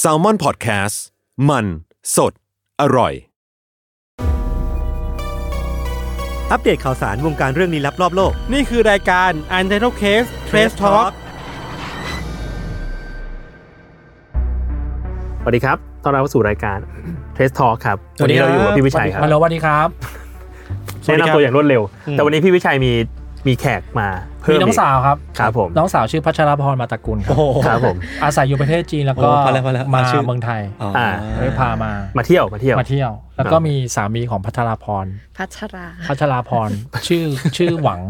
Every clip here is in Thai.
แซลมอนพอดแคสต์มันสดอร่อย อัปเดตข่าวสารวงการเรื่องลี้ลับรอบโลก นี่คือรายการ Untitled Case Trace Talk สวัสดีครับ ต้อนรับเข้าสู่รายการ Trace Talk ครับ วันนี้เราอยู่กับพี่วิชัยครับ ฮัลโหลสวัสดีครับ แนะนำตัวอย่างรวดเร็ว แต่วันนี้พี่วิชัยมีมีแขกมา เพิ่ มี ม น้องสาวครับ ครับผม น้องสาวชื่อพัชรพรมาตระกุลครับ ครับผม อาศัยอยู่ประเทศจีนแล้วก็ โอ้พอแล้วพอแล้วมา มา ชื่อ เมืองไทย อ่า เลยพามา มาเที่ยว มาเที่ยว มาเที่ยว แล้วก็มีสามีของพัชรพร พัชรา พัชรพร ชื่อชื่อหวัง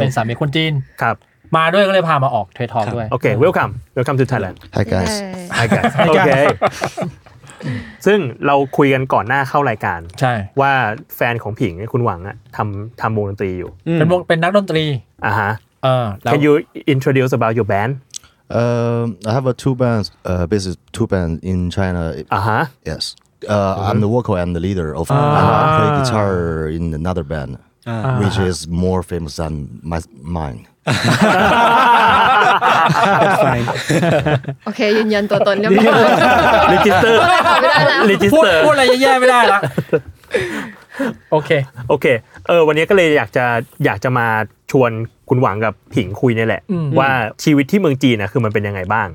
เป็นสามีคนจีน ครับ มาด้วยก็เลยพามาออกเทรดทอลด้วย โอเค welcome welcome to Thailand Hi guys ไอ กันโอเค ซึ่งเราคุยกันก่อนหน้าเข้ารายการ ใช่ ว่าแฟนของผิงเนี่ยคุณหวังอะทำทำวงดนตรีอยู่ เป็นวงเป็นนักดนตรี อ่าฮะ เออแล้ว Can you introduce about your band Um, I have a two bands, uh, basically two bands in China. อ่าฮะ Yes, uh, I'm the vocal and the leader of. And I play guitar in another band, which is more famous than my mine. โอเค ยืนยันตัวตนเรียบร้อย register ไม่ได้แล้ว พูด register พูดอะไรแย่ๆไม่ได้ละ โอเค โอเค เออ วันนี้ก็เลยอยากจะอยากจะมาชวนคุณหวังกับผิงคุยเนี่ยแหละ ว่าชีวิตที่เมืองจีนนะคือมันเป็นยังไงบ้าง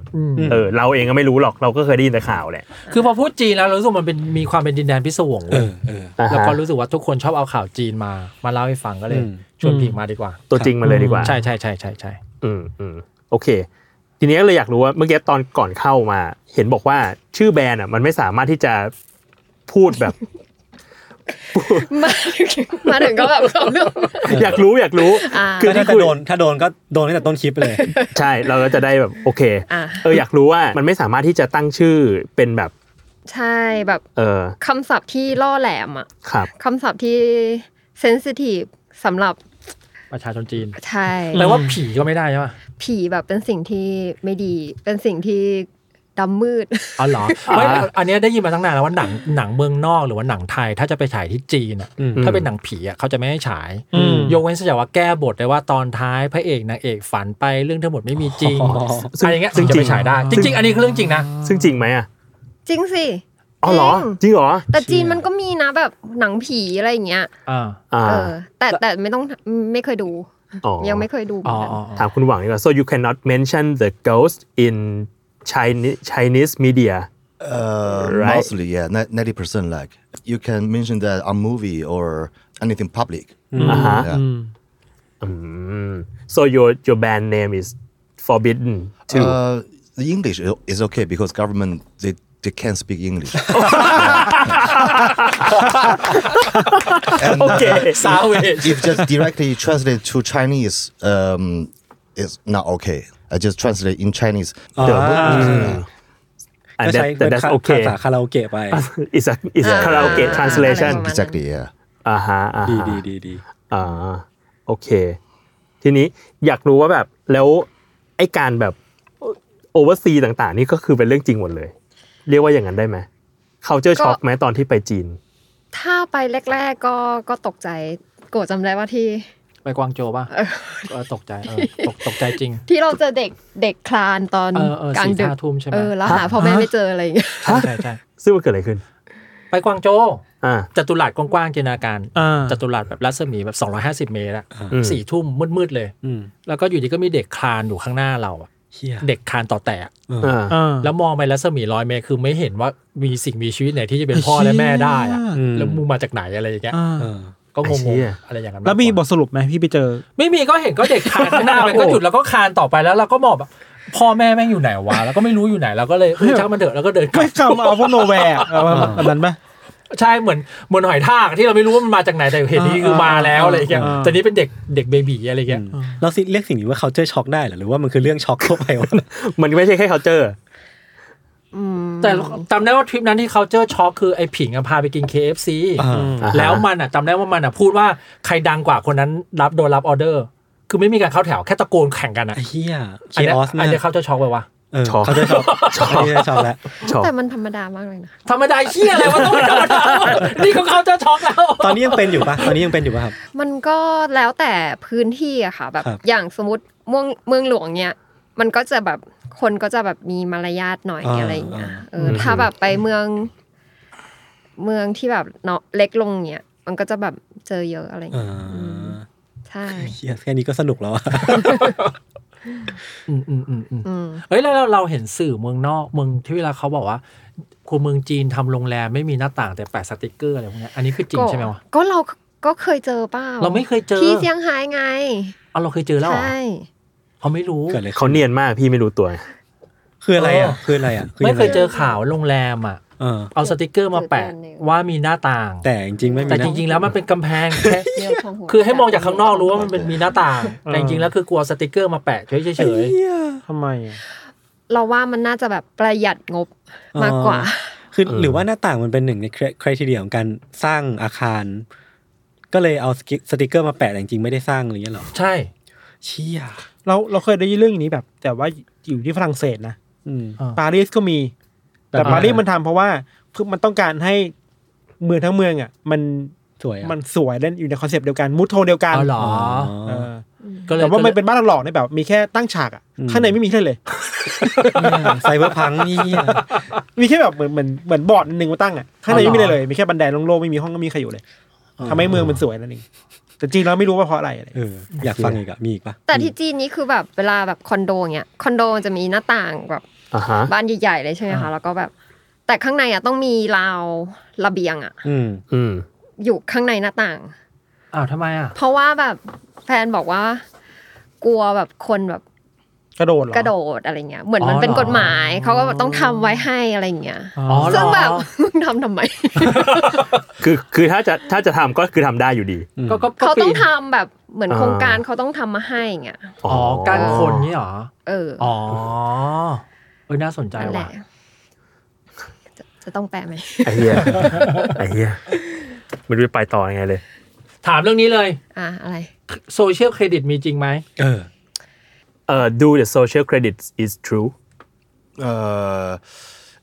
เออ เราเองก็ไม่รู้หรอกเราก็เคยได้ยินแต่ข่าวแหละ คือพอพูดจีนแล้วเรารู้สึกมันเป็นมีความเป็นดินแดนพิศวงเว้ย อ่า แล้ว ฮะ ก็รู้สึกว่าทุกคนชอบเอาข่าวจีนมา มาเล่าให้ฟังก็เลยชวนผิงมาดีกว่า ตัวจริงมาเลยดีกว่า ใช่ใช่ใช่ใช่ใช่ อืมอืมโอเค ทีนี้เลยอยากรู้ว่าเมื่อกี้ตอนก่อนเข้ามา เห็นบอกว่าชื่อแบรนด์อ่ะมันไม่สามารถที่จะพูดแบบ มาถึงมาถึงก็แบบเขาเรื่อง อยากรู้อยากรู้ อ่า คือ ถ้า ที่ จะ คุย โดนถ้าโดนก็โดนตั้งแต่ต้นคลิปไป เลย ใช่เราก็จะได้แบบโอเค อ่า เอออยากรู้ว่ามันไม่สามารถที่จะตั้งชื่อเป็นแบบ ใช่แบบ เออ คำศัพท์ที่ล่อแหลมอ่ะ ครับ คำศัพท์ที่เซนซิทีฟสำหรับ ประชาชนจีน ใช่ แปลว่าผีก็ไม่ได้ใช่ป่ะ ผีแบบเป็นสิ่งที่ไม่ดี เป็นสิ่งที่ดำมืด อ๋อเหรอไม่อันเนี้ยได้ยินมาตั้งนานแล้วว่าหนังหนังเมืองนอกหรือว่าหนังไทย ถ้าจะไปฉายที่จีนอ่ะถ้าเป็นหนังผีอ่ะเขาจะไม่ให้ฉาย ยกเว้นเสียแต่ว่าแก้บทได้ว่าตอนท้ายพระเอกนางเอกฝันไปเรื่องทั้งหมดไม่มีจริงอะไรอย่างเงี้ย ซึ่ ถึง ง จะ จริ ไป ง ฉายได้จริง ๆ อันนี้คือเรื่องจริงนะ ซึ่งจริงไหมอ่ะ จริงสิ อ๋อเหรอ จง จริงเหรอ แต่จีนมันก็มีนะแบบหนังผีอะไรอย่างเงี้ย อ่า อ่า Ah. เออ แต่แต่ไม่ต้องไม่เคยดู อ๋อ ยังไม่เคยดูเหมื อ๋ อ อน กัน อ๋อ ถามคุณหวังดีกว่า so you cannot mention the ghost in Chinese Chinese media Uh, Right. Mostly, yeah, ninety percent. Like you can mention that a movie or anything public. อ่าฮะ Yeah. อืม so your your band name is forbidden to Uh, the English i- is okay because government they they can't speak English. And, uh, โอเค ซาวเว if just directly translate to Chinese, um, it's not okay. I just translate in Chinese. The book- ก็ and ใช้ that, เป็น that's ภา okay ษาคาราโอเกะไป is a is a อ่า karaoke อ่า translation อะไรประมาณนั้น exactly, yeah. อ่าฮะอ่า ดี ฮะ ดีดีดี อ่าโอเค ทีนี้อยากรู้ว่าแบบแล้วไอ้การแบบ oversee ต่างๆ นี่ก็คือเป็นเรื่องจริงหมดเลย เรียกว่าอย่างนั้นได้ไหม culture shock ไหมตอนที่ไปจีน ถ้าไปแรก ๆ ก็ก็ตกใจโกรธจำได้ว่าที่ ไปกวางโจวป่ะเออตกใจเออตกตกใจจริง ที่เราเจะเด็กเด็กคลานตอน เออเออก ลางดึก สี่ห้าทุ่มใช่ไหม เออแล้วหาพ่อแม่ไม่เจออะไรอย่างเงี้ย ใช่ใช่ใช่ ซึ่งมันเกิดอะไรขึ้น ไปกวางโจว อ่า จัตุรัสกว้างๆจินตนาการ อ่า จัตุรัสแบบรัศมีแบบ 250 เมตรอะ อืม สี่ทุ่มมืดๆเลย แล้วก็อยู่ดีก็มีเด็กคลานอยู่ข้างหน้าเราอะ เฮีย เด็กคานต่อแตะ อ่า อ่า แล้วมองไปรัศมีร้อยเมตรคือไม่เห็นว่ามีสิ่งมีชีวิตไหนที่จะเป็นพ่อและแม่ได้อะ อืม แล้วมึงมาจากไหนอะไรอย่างเงี้ย อ่า เออก็ง ไอ้เชี่ ง ย ๆอะไรอย่างเงี้ย แล้วมีบทสรุปไหมพี่ไปเจอ ไม่มีก็เห็นก็เด็กคานข้างห น้าไปก็หยุดแล้วก็คานต่อไปแล้วเราก็มองแบบพ่อแม่แม่งอยู่ไหนวะแล้วก็ไม่รู้อยู่ไหนเราก็เลยเอ อช่างมันเถอะแล้วก็เดินกลั ไม่ บ คำเอาพวกโนแวร์แบบนั้นปะ ใช่เหมือนเหมือนหอยทากที่เราไม่รู้ว่ามันมาจากไหนแต่เห็นนี่คือมาแล้วอะไรอย่างเงี้ย อ่า แต่นี่เป็นเด็กเด็กเบบีอะไรอย่างเงี้ย เราสิเรียกสิ่งนี้ว่า culture shock ได้เหรอหรือว่ามันคือเรื่องช็อกทั่วไปวะ มันไม่ใช่แค่ culture อืม แต่จำได้ว่าทริปนั้นที่เขาเจอช็อกคือไอ้ผิงอะพาไปกิน KFC อ่าฮะ แล้วมันอ่ะจำได้ว่ามันอ่ะพูดว่าใครดังกว่าคนนั้นรับโดนรับออเดอร์ คือไม่มีการเข้าแถวแค่ตะโกนแข่งกันอ่ะ ไอ้เฮีย อัน คี เนี้ย ออส อันเนี้ย เนี่ย เขาเจอช็อกไปวะ เออ ช็อก culture shock อันนี้ ช็อกแล้ว ชอบ แต่มันธรรมดามากเลยนะ ธรรมดาเชี่ยอะไรวะต้องเป็นธรรมดานี่เขาเขาเจอช็อกแล้ว ตอนนี้ยังเป็นอยู่ปะตอนนี้ยังเป็นอยู่ปะครับ มันก็แล้วแต่พื้นที่อะค่ะแบบ ครับ อย่างสมมติเมืองเมืองหลวงเนี่ยมันก็จะแบบคนก็จะแบบมีมารยาทหน่อยอะไรอย่างเงี้ยเออถ้าแบบไปเมือง เมืองที่แบบเนาะเล็กลงเนี่ยมันก็จะแบบเจอเยอะอะไร เอ เงี้ย อ ใช่ เหี้ยแค่นี้ก็สนุกแล้วอะ อืมอืมอืมอืม อืม เอ้ยแล้วเราเราเห็นสื่อเมืองนอกเมืองที่เวลาเขาบอกว่าคนเมืองจีนทำโรงแรมไม่มีหน้าต่างแต่แปะสติกเกอร์อะไรพวกเนี้ยอันนี้คือจริง ก็ ใช่ไหมวะ ก็เราก็เคยเจอเปล่า เราไม่เคยเจอ ที่เซี่ยงไฮ้ไง เอาเราเคยเจอแล้วเหรอ ใช่ เขาไม่รู้ เกิดอะไร เขาเนียนมากพี่ไม่รู้ตัว คืออะไรอ่ะ คืออะไรอ่ะออะร ไม่เคยเจอข่าวโรงแรมอ่ะ เออ เอาสติกเกอร์มาแปะว่ามีหน้าต่าง แต่จริงๆไม่มี แต่จ นะ ริงๆแล้วมันเป็นกำแพงแค่ เดี๋ยวขงว คือให้มองจากข้างนอกรู้ว่ามันเป็นมีหน้าต่าง แต่จริงๆแล้วคือกลัวสติกเกอร์มาแปะเฉย ทำไมอะ เราว่ามันน่าจะแบบประหยัดงบมากกว่า คือ เออ หรือว่าหน้าต่างมันเป็นหนึ่งในคุณทีเดียของการสร้างอาคาร ก็เลยเอาสกิสติกเกอร์มาแปะแต่จริงๆไม่ได้สร้างอะไรอย่างเงี้ยหรอ ๆ ใช่ เชี่ย เราเราเคยได้ยินเรื่องอย่างนี้แบบ แต่ว่าอยู่ที่ฝรั่งเศสนะ อืม ปารีสก็มี แต่ปารีสมันทำเพราะว่าเพื่อมันต้องการให้เมืองทั้งเมืองอ่ะ มัน สวยอะ มันสวยและอยู่ในคอนเซปต์เดียวกันมูทโทนเดียวกัน เอาเหรอ เออ ก็เลย แต่ว่ามันเป็นบ้านหลอกๆในแบบ มีแค่ตั้งฉากอ่ะ อืม ข้างในไม่มีอะไรเลย ไซเบอร์พังนี่เหี้ย มีแค่แบบเหมือนเหมือนเหมือนบอร์ดหนึ่งมาตั้งอ่ะข้างในไม่มีอะไรเลย มีแค่บันไดโล่งๆไม่มีห้องก็มีใครอยู่เลยทำให้เมืองมันสวยนั่นเองแต่จริงแล้วไม่รู้ว่าเพราะอะไรอะไร เอออยากฟังอีกอะมีอีกปะ แต่ที่จีนนี้คือแบบเวลาแบบคอนโดเงี้ยคอนโดมันจะมีหน้าต่างแบบ อ่าฮะ บ้านใหญ่ๆเลยใช่ไหมคะแล้วก็แบบ แต่ข้างในอ่ะต้องมีราวระเบียงอ่ะ อืม อืม อยู่ข้างในหน้าต่าง อ้าวทำไมอ่ะ เพราะว่าแบบแฟนบอกว่ากลัวแบบคนแบบ กระโดดเหรอก ระโดดอะไรเงี้ยเหมือนมันเป็นกฎหมายเขาก็แบบต้องทำไว้ให้อะไรเงี้ย อ๋อเหร ซึ่ง อ แบบ มึงทำทำไม คือคือถ้าจะถ้าจะทำก็คือทำได้อยู่ดี ก็ก็ก็ เขาต้อง ปีน ทำแบบเหมือน อ่า โครงการเขาต้องทำมาให้เงี้ย อ๋อการคนนี่เหรอ เออ อ๋อเออน่าสนใจ นั่นแห ว่ะ ละจะจะต้องแปลไหม ไอ้เหี้ยไอ้เหี้ยไม่รู้จะไปต่อยังไงเลย ถามเรื่องนี้เลย อ่ะอะไร โซเชียลเครดิตมีจริงไหม เออ เอ่อ do the social credit is true Uh,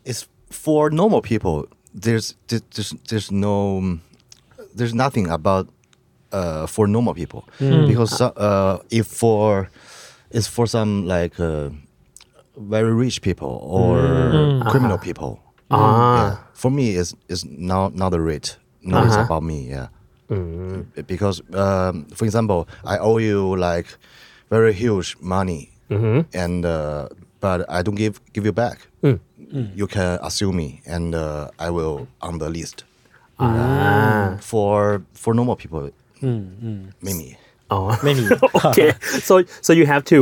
it's for normal people. There's there's there's- there's no there's nothing about uh, for normal people because so- uh, if for it's for some like uh, very rich people or criminal people. Yeah. For me, it's it's not not the rate. No, it's about me. Yeah. B- Because um, for example, I owe you like very huge money, and uh, but I don't give give you back. You can assume me, and uh, I will on the list. Yeah. For for normal people, maybe. อ๋อ ไม่มี okay so so you have to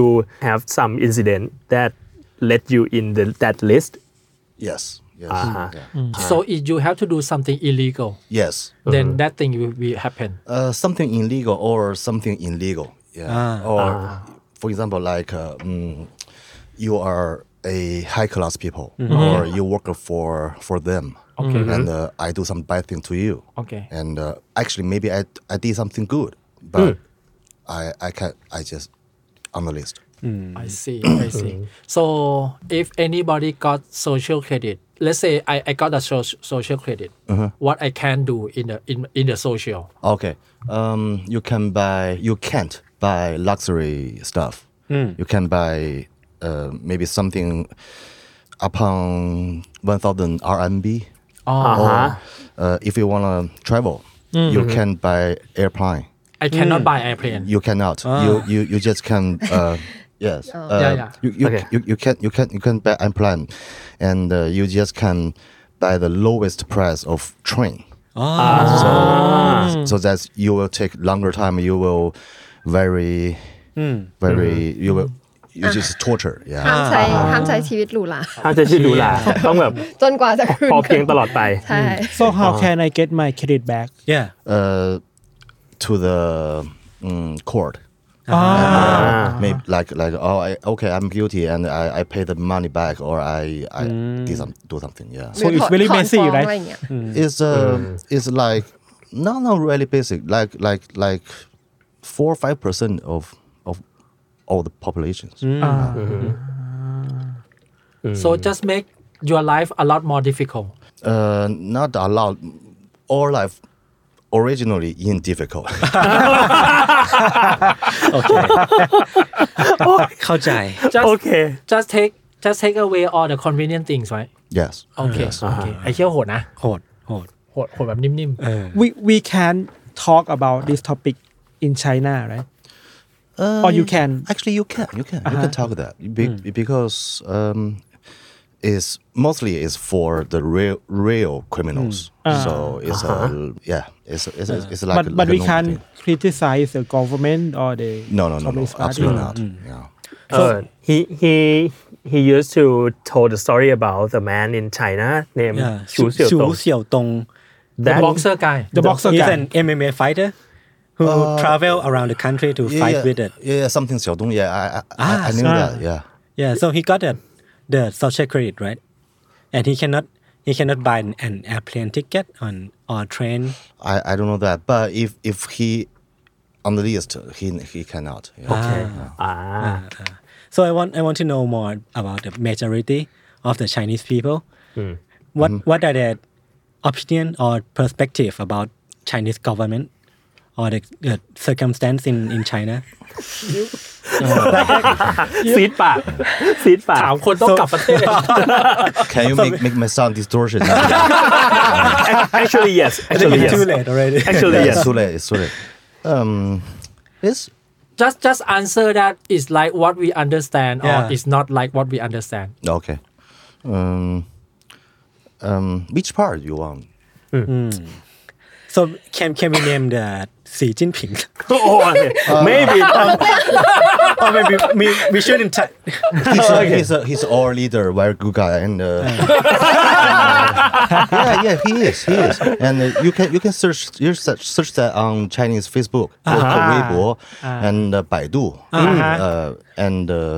have some incident that let you in the that list Yes. Yes. Yeah. so if you have to do something illegal Yes. then that thing will will happen Uh, something illegal or something illegal. Yeah. or for example, like uh, mm, you are a high class people, or you work for for them, and uh, I do some bad thing to you, okay and uh, actually maybe I I did something good, but I I can I just on the list. I see I see so if anybody got social credit let's say I I got a so- social credit what I can do in the in in the social Okay. Um, you can buy. You can't buy luxury stuff. You can buy uh, maybe something upon one thousand RMB. Or uh, if you wanna travel, you can buy airplane. I cannot buy airplane You cannot. You, you you just can uh, Yes. Oh. Uh, Yeah, yeah. You, you, Okay. you, you can you can you can buy unplanned, and uh, you just can buy the lowest price of train. So, so that you will take longer time. You will very very you will you just torture. ห้าม Yeah. ใช้ห้ามใช้ชีวิตหรูหรา ห้ามใช้ชีวิตหรูหราต้องแบบ จนกว่าจะคืน พอเพียงตลอดไป ใช่ so how can I get my credit back yeah Uh, to the mm, court. อ่า Maybe like like oh I, okay I'm guilty and I, I pay the money back or I I did some, do something yeah. So it's really หรือถ messy, อนฟ้อง right? อะไรอย่างเงี้ย It's uh, it's like not not really basic. Like like like four or five percent of of all the populations. so just make your life a lot more difficult Uh, not a lot. All life originally in difficult. โอเค เข้าใจ just โอเค just take just take away all the convenient things right yes. โอเคโอเคไอเชี่ยวโหดนะ โหดโหด โหดโหดแบบนิ่ม เออ we we can talk about this topic in China right Uh, or you can Uh-huh. Hmm. Actually, you can. You can. You can talk that Be- because um, it's mostly is for the real real criminals. So it's Uh-huh. a yeah. It's it's, it's, it's like Hmm. Ah. but like but a we normal can thing. criticize the government or the No, no, no, no. communist party. Absolutely not. Hmm. Yeah. Uh, he he he used to tell the story about the man in China named yeah Chu Xiao ชู Tong เสี่ยวตง ๆ the that boxer guy The boxer he's guy. an MMA fighter who travel around the country to Yeah, fight yeah, with it Yeah, yeah, something Xiaodong. Yeah, I, I, I, Ah, I knew that. Yeah. Yeah, so he got a, the social credit, right? And he cannot he cannot buy an, an airplane ticket on or train. I, I don't know that, but if if he on the list, he he cannot. Yeah. Okay. ah So I want I want to know more about the majority of the Chinese people. What what are their opinion or perspective about Chinese government or the, the circumstance in, in China? ซีดป ากซีด ปาก ถาม Ah, คนต้องกลับประเทศ Can you make, make my sound distortion? actually yes I think actually it's yes too late already. actually yes It's too late. It's too late. Um, it's just just answer that is like what we understand or Yeah. is not like what we understand okay. Um, um, which part you want? so can can we name the Xi Jinping? โอ้โห maybe or maybe we, we shouldn't t- He's, Oh, uh, he's, uh, he's our leader, very good guy, and uh, yeah, yeah, he is, he is. And uh, you can you can search you search, search that on Chinese Facebook, uh Uh-huh. Weibo, and uh, Baidu, uh, and uh,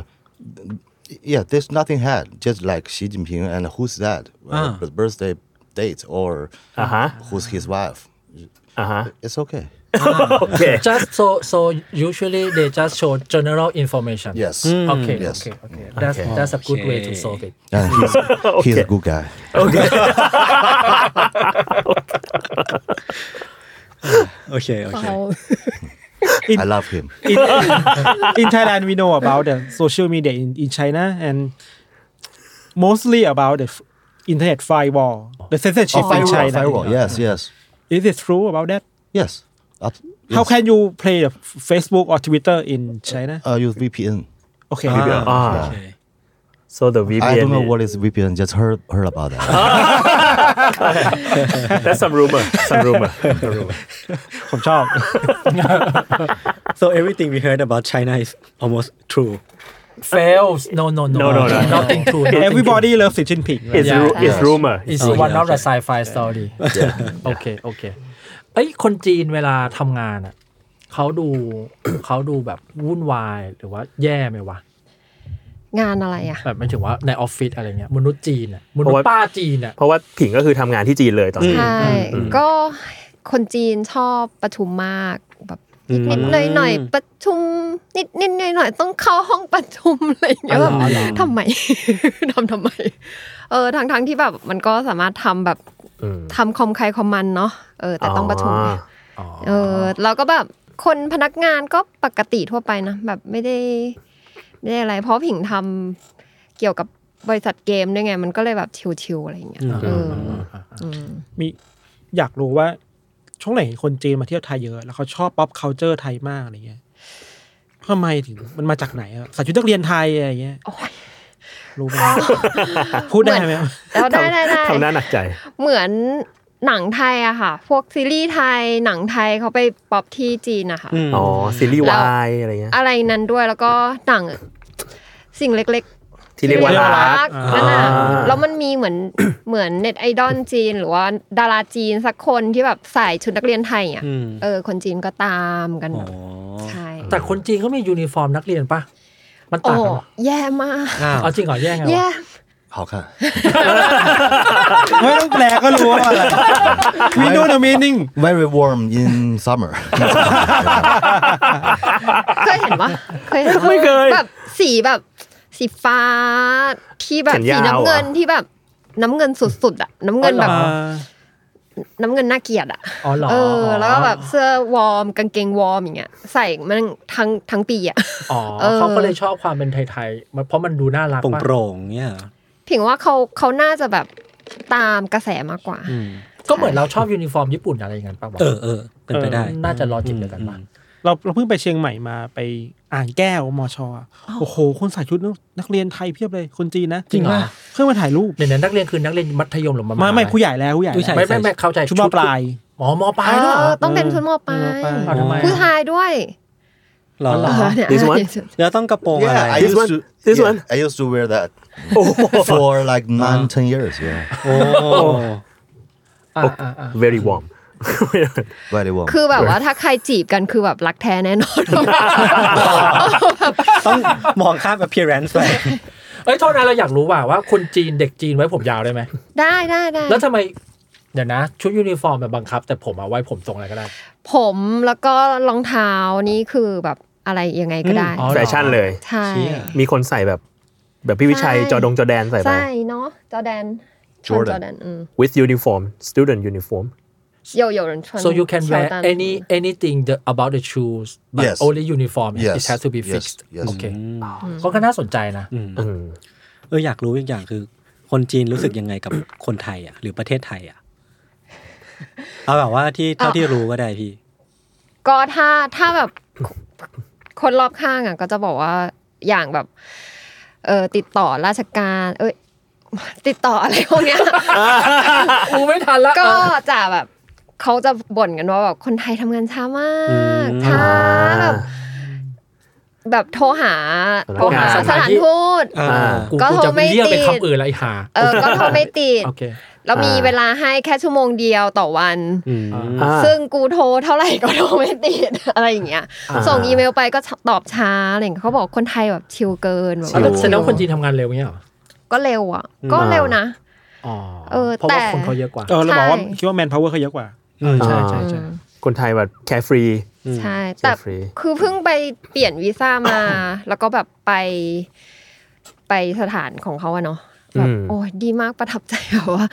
yeah, there's nothing had just like Xi Jinping and who's that, Uh-huh. uh, the birthday date or Uh-huh. who's his wife. Uh-huh. It's okay. Hmm. okay just so so usually they just show general information Yes. okay Mm, Yes. okay okay that's that's a good way to solve it And he's, he's a good guy. okay, okay. I love him. in, in Thailand, we know about the social media in, in China and mostly about the f- internet firewall, the censorship in China. firewall. Yes, yes, Is it true about that? yes. Up- How yes. can you play the f- Facebook or Twitter in China? uh, use VPN. Okay. ah so the VPN I don't know what is VPN. Just heard heard about that. that's some rumor some rumor some rumor ผมชอบ So everything we heard about China is almost true. fails no no no No, no, no. nothing true nothing true. Everybody loves Xi Jinping right? it's ru- it's rumor It's one of the sci-fi story โอเค โอเค เอ้ย คนจีนเวลาทำงานอ่ะเขาดู เขาดูแบบวุ่นวายหรือว่าแย่ไหมวะ งานอะไรอ่ะ แบบไม่ถึงว่าในออฟฟิศอะไรเงี้ย มนุษย์จีนอ่ะ มนุษย์ป้าจีนอ่ะ เพราะว่าผิงก็คือทำงานที่จีนเลยตอนนี้ ใช่ ก็คนจีนชอบประชุมมากแบบนิดๆหน่อยหน่อยๆประชุมนิดนิดหน่อยหน่อยๆต้องเข้าห้องประชุมอะไรอย่างเงี้ยแบบทำไม ทำทำไม เออทั้งทั้งๆที่แบบมันก็สามารถทำแบบ อืม ทำคอมใครคอมมันเนาะเออแต่ต้องประชุม อ๋อ เออแล้วก็แบบคนพนักงานก็ปกติทั่วไปนะแบบไม่ได้ไม่ได้อะไร เพราะผิงทำเกี่ยวกับบริษัทเกมด้วยไง มันก็เลยแบบชิวๆอะไรอย่างเงี้ยเอออืม มีอยากรู้ว่า ช่วงไหนเห็นคนจีนมาเที่ยวไทยเยอะ แล้วเขาชอบ pop culture ไทยมากอะไรเงี้ย ทำไมถึงมันมาจากไหนอะใส่ชุดนักเรียนไทยอะไรอย่างเงี้ยรู้ไหมพูดได้ไหม แล้วได้ได้ได้ ทำหน้าหนักใจ เหมือนหนังไทยอะค่ะ พวกซีรีส์ไทยหนังไทยเขาไปป๊อปที่จีนอะค่ะ อ๋อ ซีรีส์ แล้ว วายอะไรเงี้ย อะไรนั้นด้วยแล้วก็หนังสิ่งเล็กๆ ที่เรียกว่ารัก นั่นน่ะ อ่า แล้วมันมีเหมือน เหมือนเน็ตไอดอลจีน หรือว่าดาราจีนสักคนที่แบบใส่ชุดนักเรียนไทยอ่ะ อืม เออ คนจีนก็ตามกันแบบใช่ แต่คนจีนเขามียูนิฟอร์มนักเรียนปะมัน โอ้ ต่างกันเหรอ แย่มาก เอาจริงเหรอแย่งไง แย่ วะ 好看， ไม่ต้องแปลก็รู้ว่าอะไร We know the meaning very warm in summer เคยเห็นปะเคยเห็นปะ ไม่เคย แบบสีแบบสีฟ้า ที่แบบ แขนยาว สีน้ำเงิน เหรอ ที่แบบน้ำเงินสุดๆอ่ะ น้ำเงินแบบ อ่า น้ำเงินน่าเกลียดอ่ะ อ๋อเหรอ เออ แล้วก็แบบเสื้อวอร์มกางเกงวอร์มอย่างเงี้ยใส่มันทั้งทั้งปีอ่ะ อ๋อ เออ เขาก็เลยชอบความเป็นไทยๆมันเพราะมันดูน่ารัก โปร่ง ปะ โปร่งๆเนี่ย ผิงว่าเขาเขาน่าจะแบบตามกระแสมากกว่า ก็เหมือนเราชอบยูนิฟอร์มญี่ปุ่นอะไรอย่างนั้นปะวะ เออเออเป็นไปได้ น่าจะลอจิกเดียวกันปะ เราเราเพิ่งไปเชียงใหม่มาไปอ่างแก้วมอชอะโอ้โห คนใส่ชุดนักเรียนไทยเพียบเลยคนจีนนะ จริงเหรอ เพิ่งมาถ่ายรูป เดี๋ยวนั้นนักเรียนคือนักเรียนมัธยมหรือ ไม่ า ไม่ผู้ใหญ่แล้วผู้ใหญ่ ผู้ใหญ่ ไม่ไม่ไม่เข้าใจ ชุดมอปลาย หมอมอปลายด้วยเหร เอ อ อต้องเป็นชุดมอปลา เออม ย อปลาย อ๋อทำไมอะ ผู้ชายด้วย หรอ เออเนี่ย This one? แล้วต้องกระโปรงอะไร yeah, I This used one- to. this yeah, one? I used to wear that โอ้โห for like nine, ten years. Yeah, โอ้ อ่ะอ่ะอ่ะ very warm very warm. คือแบบว่าถ้าใครจีบกันคือแบบรักแท้แน่นอน ต้องมองข้าม appearance ไป เอ้ยโทษนะเราอยากรู้ว่าว่าคนจีนเด็กจีนไว้ผมยาวได้ไหม ได้ได้ได้ แล้วทำไม เดี๋ยวนะ ชุดยูนิฟอร์มแบบบังคับ แต่ผมเอาไว้ผมตรงอะไรก็ได้ ผมแล้วก็รองเท้านี่คือแบบอะไรยังไงก็ได้ อืมอ๋อ แฟชั่นเลย ใช่ เชี่ย มีคนใส่แบบ แบบพี่วิชัย จอดงจอแดนใส่ไป ใช่เนาะจอแดน Jordan จอแดนอืม with uniform student uniform โยโย่人穿 so you can wear 乔丹 any anything the, about the shoes but Yes. only uniform it Yes. has to be Yes. fixed Yes. โอเคก็ก็น่าสนใจนะ อืม เอออยากรู้อีกอย่างคือ คนจีนรู้สึกยังไงกับคนไทยอ่ะ หรือประเทศไทยอ่ะ เอาแบบว่าที่เท่าที่รู้ก็ได้พี่ ก็ถ้าถ้าแบบ คนรอบข้างอ่ะก็จะบอกว่าอย่างแบบ เออติดต่อราชการ เอ้ย ติดต่ออะไรพวกเนี้ย อูไม่ทันละ ก็จะแบบเขาจะบ่นกันว่าแบบคนไทยทำงานช้ามาก อืม ช้าแบอ่าบแบบโทรหาโทรหา โทรหา ส ส ถา ถาน นที่ ทูต อ่า กู ก็ กูจะ ไม่ เรียก ติ ไป ด คำอื่นละไอ้ห่า เออก็โทรไม่ติด โอเค แล้วมี อ่า เวลาให้แค่ชั่วโมงเดียวต่อวัน อืม อ่า ซึ่งกูโทรเท่าไหร่ก็โทรไม่ติด อะไรอย่างเงี้ย อ่า ส่งอีเมลไปก็ตอบช้าอะไรอย่างเงี้ยเขาบอกคนไทยแบบชิลเกินแบบ แล้ว ว่า แสดงว่าคนจีนทำงานเร็วเงี้ยเหรอ ก็เร็วอ่ะ ก็เร็วนะ อ๋อ เออ เพราะว่า แต่ คนเขาเยอะกว่า เออเราบอกว่า ใช่ คิดว่าแมนพาวเวอร์เขาเยอะกว่า ใช่ใช่ อืม คนไทยแบบแคฟรี ใช่แต่ ฟรี คือเพิ่งไปเปลี่ยนวีซ่ามา แล้วก็แบบไป ไปสถานของเขาอะเนาะแบบโอ้ยดีมากประทับใจแบบว่า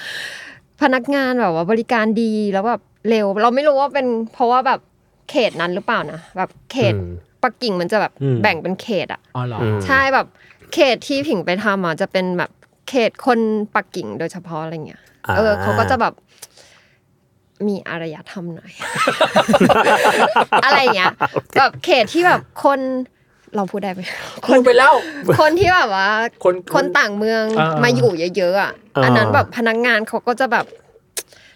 พนักงานแบบว่าบริการดีแล้วแบบเร็ว เราไม่รู้ว่าเป็นเพราะว่าแบบเขตนั้นหรือเปล่านะแบบเขต อืม ปักกิ่งมันจะแบบ อืม แบ่งเป็นเขตอะ อ๋อเหรอ อืม ใช่แบบเขตที่ผิงไปทำอ่ะจะเป็นแบบเขตคนปักกิ่งโดยเฉพาะอะไรเงี้ย อ่า เออเขาก็จะแบบ มีอารยธรรมหน่อย อะไรเงี้ยแบบเขตที่แบบคนเราพูดได้ไหมค คุ น ณไปแล้ว คนที่แบบว่า คน คนต่างเมือง อ่าม มาอยู่เยอะๆอ่ะ อ่า อันนั้นแบบพนักงานเขาก็จะแบบ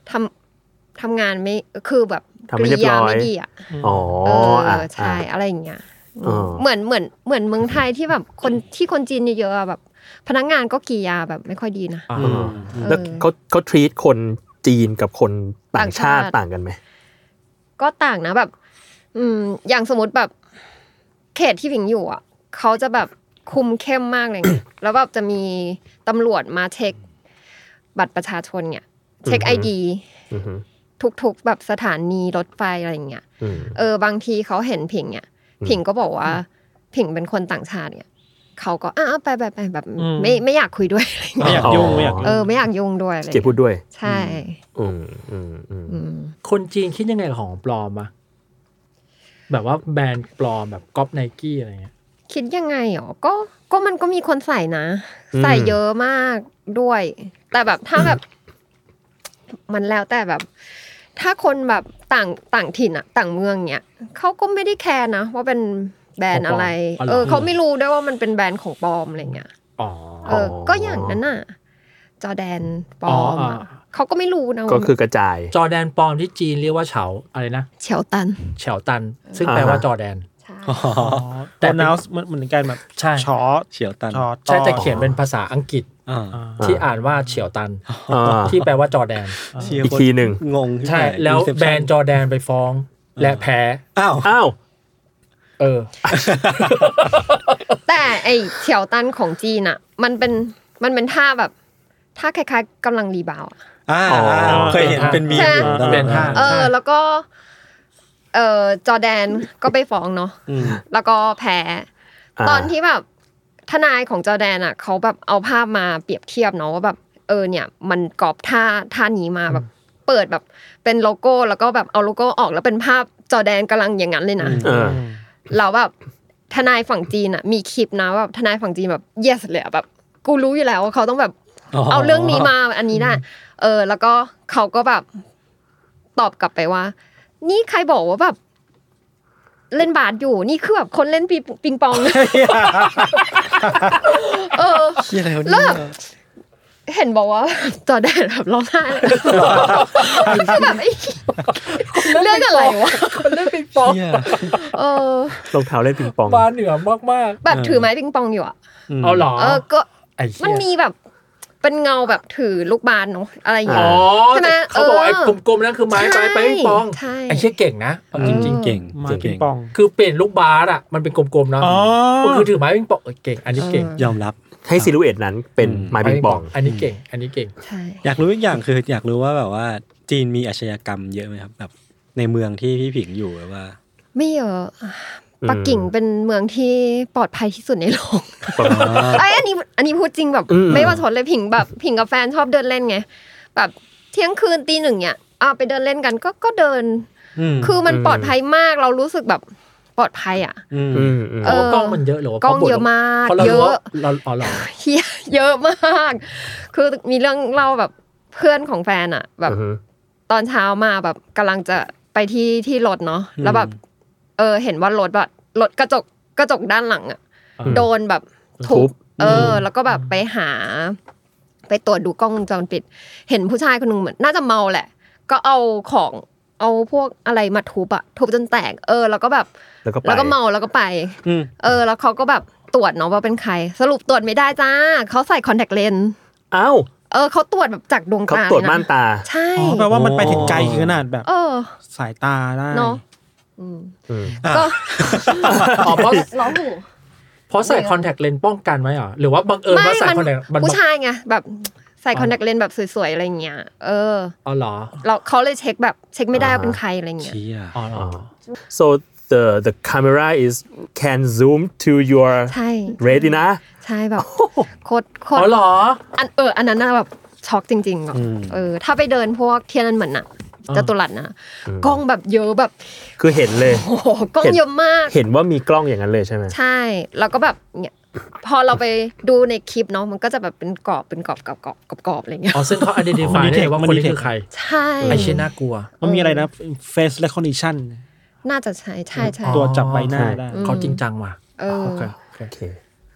ทำทำงานไม่คือแบบ ทำไม่เรียบร้อย ไม่ดีอ่ะ อ๋อ เอ อ่ะ อใช่ อ่ะ อะไรอย่างเงี้ย อ่า เหมือนเหมือนเหมือนเมืองไทยที่แบบคนที่คนจีนเยอะๆอะแบบ พนักงานก็กียาแบบไม่ค่อยดีนะ อ่า แล้วเขาเขา treat คนจีนกับคนต่างชาติ ต่างชาติ ต่างกันไหม ก็ต่างนะแบบ อืม อย่างสมมติแบบ เขตที่ผิงอยู่อ่ะเขาจะแบบคุมเข้มมากเลยไง แล้วแบบจะมีตำรวจมาเช็ค บัตรประชาชนเนี่ย เช็คไอดี อือฮึ ทุกๆแบบสถานีรถไฟอะไรอย่างเงี้ย อืม เออบางทีเขาเห็นผิงเนี่ย อืม ผิงก็บอกว่า ผิงเป็นคนต่างชาติเนี่ยเขาก็อ้าวไปไปไปแบบ อืม ไม่ไม่อยากคุยด้วยอะไรอย่าง ไม่อเงี้ยยากยุ่งไม่อยากยุ่ง เออไม่อยากยุ่งด้วยอะไร เกียรติพูดด้วย ใช่ อืมอืมอืม อืม คนจีนคิดยังไงกับของปลอมอะแบบว่าแบรนด์ปลอมแบบก๊อปไนกี้อะไรเงี้ย คิดยังไงหรอก็ก็มันก็มีคนใส่นะ ใส่เยอะมากด้วย แต่แบบถ้าแบบ มันแล้วแต่แบบ ถ้าคนแบบต่างต่างถิ่นอะต่างเมืองเนี่ยเขาก็ไม่ได้แคร์นะว่าเป็น แบรนด์อะไร ของปลอม เออเขาไม่รู้ด้วยว่ามันเป็นแบรนด์ของปลอมอะไรเงี้ย อ๋อ เออ ก็อย่างนั้นน่ะ จอแดนปลอม อ๋อ อะ อ่า เขาก็ไม่รู้นะ ก็คือกระจาย จอแดนปลอมที่จีนเรียกว่าเฉาอะไรนะ เฉียวตัน เฉาตัน ซึ่งแปลว่าจอแดน แต่ แต่ เป็น นาวมันเหมือนกันแบบ ใช่ ชอต เฉียวตัน ชอต ใช่แต่เขียนเป็นภาษาอังกฤษ อ่า ที่อ่านว่าเฉียวตัน อ่า ที่แปลว่าจอแดน เชียร์ อีกทีหนึ่ง งงขึ้นไป ใช่ แล้ว Inception แบรนด์จอแดนไปฟ้อง และแพ้ อ้าว อ้าว เออ แต่ไอเฉียวตันของจีนอ่ะ มันเป็นมันเป็นท่าแบบท่าคล้ายๆกำลังรีบาวด์อะ อ่า อ๋อ เคยเห็นเป็นมีมอยู่ตลอด เป็นท่า เออ ใช่ แล้วก็เออจอร์แดนก็ไปฟ้องเนาะ อืม แล้วก็แพ้ อ่า ตอนที่แบบทนายของจอร์แดนอ่ะเขาแบบเอาภาพมาเปรียบเทียบเนาะว่าแบบเออเนี่ยมันกรอบท่าท่านี้มาแบบเปิดแบบเป็นโลโก้แล้วก็แบบเอาโลโก้ออกแล้วเป็นภาพจอร์แดนกำลังอย่างนั้นเลยนะ เออ เราแบบทนายฝั่งจีนอ่ะมีคลิปนะว่าแบบทนายฝั่งจีนแบบ yes เลยอะแบบกูรู้อยู่แล้วว่าเขาต้องแบบ เอาเรื่องนี้มาอันนี้นะเออ แล้วก็เขาก็แบบตอบกลับไปว่า นี่ใครบอกว่าแบบ เล่นบาสอยู่ นี่คือแบบคนเล่นปิปิงปอง เออ เชี่ยอะไรวะ แล้ เนี่ วย แบบเห็นบอกว่าจอแดนแบบร้องไห้เลยแบบไอ้เรื่องอะไรวะ คนเล่นปิงปอง เชี่ย เออ รองเท้าเล่นปิงปอง บานเหนือมากมาก แบบถือไม้ปิงปองอยู่อ่ะ ๆเอาเหรอ เออ ก็ ไอ้ มัน เหี้ย มีแบบ เป็นเงาแบบถือลูกบาสเนาะอะไรอย่างเงี้ อ๋ ย อ ใช่ไหม เขาบอกว่าไอ้ เออ กลมๆนั่นคือไม้ไม้ไม้ปิงปอง ใช่ ไอ้เชี่ยเก่งนะเอาจริง เก่ง มาปิ เก่ ง ง ปอง ๆคือเปลี่ยนลูกบาสอ่ะมันเป็นกลมๆเนาะ อ๋อ ก็คือถือไม้ปิงปองเออเก่ง อันนี้เก่ง ยอมรับ ให้ซิลูเอตนั้นเป็นไม้ปิงปอง อันนี้เก่ง อันนี้เก่ง ใช่ อยากรู้อีกอย่างคืออยากรู้ว่าแบบว่าจีนมีอาชญากรรมเยอะไหมครับแบบในเมืองที่พี่ผิงอยู่แบบว่า ไม่เยอะปักกิ่งเป็นเมืองที่ปลอดภัยที่สุดในโลกไอยอันนี้อันนี้พูดจริงแบบ อืม ไม่ว่าทนเลยผิงแบบผิงกับแฟนชอบเดินเล่นไงแบบเที่ยงคืนตีหนึ่งเนี่ยอ่ะไปเดินเล่นกันก็ก็เดิน อืม คือมันปลอดภัยมากเรารู้สึกแบบปลอดภัยอ่ะ อืม อืมอืม เอ กล้องมันเยอะเหรือว่าก ล้องเยอะมาก เพราะเรา เย รู้ อะ ว่าเราอ๋อเหรอ เหี้ยเยอะมาก คือมีเรื่องเล่าแบบเพื่อนของแฟนอ่ะ แบบ อือฮึ ตอนเช้ามาแบบกำลังจะไปที่ที่รถเนาะแล้วแบบ เออ เห็นว่ารถแบบรถกระจกกระจกด้านหลังอะ อืม โดนแบบ ทุ ทุ บบ เออ แล้วก็แบบไปหา ไปตรวจดูกล้องวงจรปิด เห็นผู้ชายคนหนึ่งเหมือนน่าจะเมาแหละ ก็เอาของเอาพวกอะไรมาทุบอะทุบจนแตก เออ แล้วก็แบบ แล้วก็ไป แล้วก็เมาแล้วก็ไป อืม เออ แล้วเขาก็แบบตรวจเนาะว่าเป็นใคร สรุปตรวจไม่ได้จ้าเขาใส่คอนแทคเลนส์ อ้าว เออเขาตรวจแบบจากดวง เขา ตา ตรวจม่าน เลยนะ ตา ใช่ อ๋อแปลว่ามันไปถึงไกลถึงขนาดแบบ เออ สายตาได้ เนาะอืม อืม ก็ อ๋อเพราะ ล้อหู เพราะใส่คอนแทคเลนส์ป้องกันไว้เหรอหรือว่าบังเอิญว่าใส่คอนแทคมัน ผู้ชายไงแบบใส่คอนแทคเลนส์แบบสวยๆอะไรเงี้ยเออ อ๋อเหรอ เราเขาเลยเช็คแบบเช็คไม่ได้ อ่า ว่าเป็นใครอะไรเงี้ย เชี่ย อ๋อเหรอ so the the camera is can zoom to your ใช่ retina ใช่แบบโคตรโค อ๋ ต อ ร เหรอ อันเอออันนั้นน่ะแบบช็อกจริงๆอะเออ ถ้าไปเดินพวกเทียนนันเหมือนอะจตุรัสนะกล้องแบบเยอะแบบ คือเห็นเลย โอ้โหกล้อง เห็น เยอะมาก เห็นว่ามีกล้องอย่างนั้นเลยใช่ไหม ใช่แล้วก็แบบเนี่ยพอเราไปดูในคลิปเนาะมันก็จะแบบเป็นกรอบเป็นกรอบกรอบกรอบกรอบกรอบอะไรเงี้ย อ๋อซึ่งเขา identify ได้ว่าคนนี้คือใคร ใช่ ไอเชยน่ากลัว มันมีอะไรนะ face recognition น่าจะใช่ใช่ใช่ ตัวจับใบหน้าได้ เขาจริงจังว่ะ เออ โอเคโอเค โอเค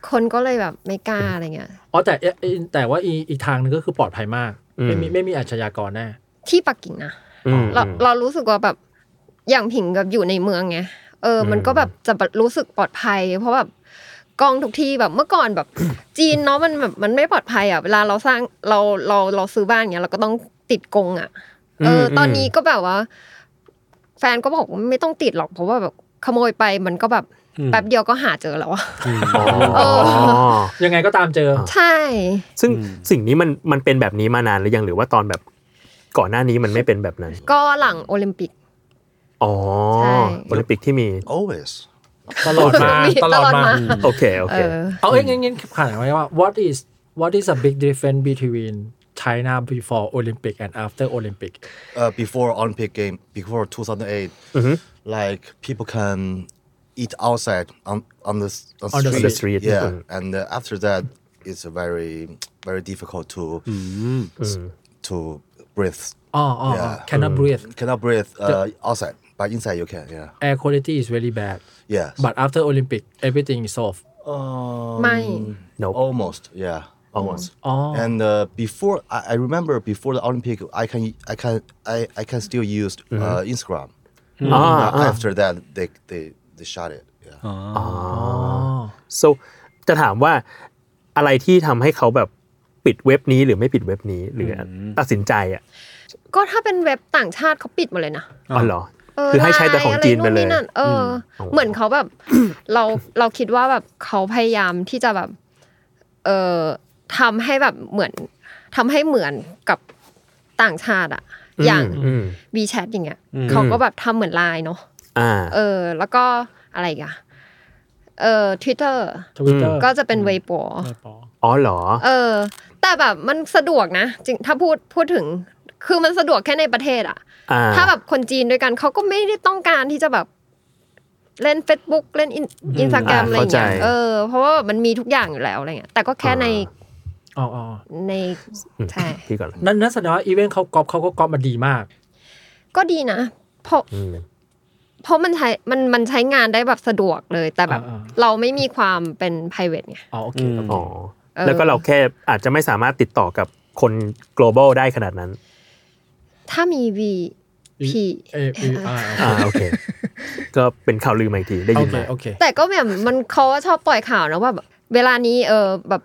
คนก็เลยแบบไม่กล้าอะไรเงี้ย อ๋อแต่เอ๊ะเอ๊ะแต่ว่าอีอีกทางหนึงก็คือปลอดภัยมาก อืม ไม่มีไม่มีอาชญากรแน่ ที่ปักกิ่งนะ อืม เราเรารู้สึกว่าแบบอย่างผิงกับอยู่ในเมืองไงเออ มันก็แบบจะแบบรู้สึกปลอดภัย เพราะแบบกล้องทุกที่แบบเมื่อก่อนแบบ จีนเนาะมันแบบมันไม่ปลอดภัยอ่ะเวลาเราสร้างเราเราเราซื้อบ้านเงี้ยเราก็ต้องติดกรงอ่ะเอออ ม ตอนนี้ก็แบบว่า แฟนก็บอกว่าไม่ต้องติดหรอกเพราะว่าแบบขโมยไปมันก็แบบแป๊บเดียวก็หาเจอแล้วอะ อ๋ออ๋อ ยังไงก็ตามเจอ ใช่ ซึ่งสิ่งนี้มันมันเป็นแบบนี้มานานหรือยังหรือว่าตอนแบบก่อนหน้านี้มันไม่เป็นแบบนั้น ก็หลังโอลิมปิก อ๋อ ใช่ โอลิมปิกที่มี Always. ตลอดมาตลอดมา โอเคโอ เอ เค อ เอาเอ้ยงั้นงั้นผ่านไว้ว่า what is what is a big difference between China before Olympic and after Olympic Uh, before Olympic game, before 2008, Mm-hmm. like people can eat outside on on the s- on, On the street. street. Yeah, Mhm. and uh, after that, it's very very difficult to Mm-hmm. s- to breathe. อ๋ออ๋อ Yeah. cannot breathe Cannot breathe uh, outside. but inside you can. Yeah. air quality is really bad Yes. but after Olympic everything is solved Um, Mine. Nope. Almost. Yeah. Almost. Oh. And uh, before I, I remember before the Olympic, I can I can I, I can still use Mm-hmm. uh, Instagram. Ah, Uh, ah. After that, they they they shut it. Yeah. อ๋อ so จะถามว่าอะไรที่ทำให้เขาแบบปิดเว็บนี้หรือไม่ปิดเว็บนี้ หรืออตัดสินใจอ่ะ ก็ถ้าเป็นเว็บต่างชาติเขาปิดหมดเลยนะ อ๋อเหรอ เออ คือให้ใช้แต่ของจีนไปเลย ะรนู่นนี่นั่นเอออ Hmm. เหมือนเขาแบบ เราเราคิดว่าแบบเขาพยายามที่จะแบบ เออทำให้แบบเหมือนทำให้เหมือนกับต่างชาติอะอย่าง อืม วีแชทอย่างเงี้ยเขาก็แบบทำเหมือนไลน์เนาะ อ่า เออ แล้วก็อะไรอีกอะเออทวิตเตอร์ Twitter ก็จะเป็นเวโป อ๋อเหรอ เออ แต่แบบมันสะดวกนะจริงถ้าพูดพูดถึง คือมันสะดวกแค่ในประเทศอะ อ่า ถ้าแบบคนจีนด้วยกันเขาก็ไม่ได้ต้องการที่จะแบบเล่น Facebook เล่นอินสตาแกรม อ่า อะไรอย่างเงี้ย เข้าใจ เออเพราะว่ามันมีทุกอย่างอยู่แล้วอะไรเงี้ยแต่ก็แค่ใน อ่ อ๋ออ๋อ ใน อืม ใช่ พี่ก่อน นั่นนั่นแสดงว่าอีเวนต์เขาก๊อปเขาก็ก๊อปมาดีมาก ก็ดีนะ เพราะ อืม เพราะมันใช้มันมันใช้งานได้แบบสะดวกเลยแต่แบบ อ่า เราไม่มีความเป็น p r i v a t ไง อ๋อโอเคครับ อ๋อ เออ แล้วก็เราแค่อาจจะไม่สามารถติดต่อกับคน global ได้ขนาดนั้น ถ้ามี V P เออเอออ่า อ่า โอ เค ก็เป็นข่าวลือมาอีกที ได้ โอ ยิน เค มา โอเค แต่ก็แบบมันเขาก็ชอบปล่อยข่าวนะว่าแบบเวลานี้เออแบบ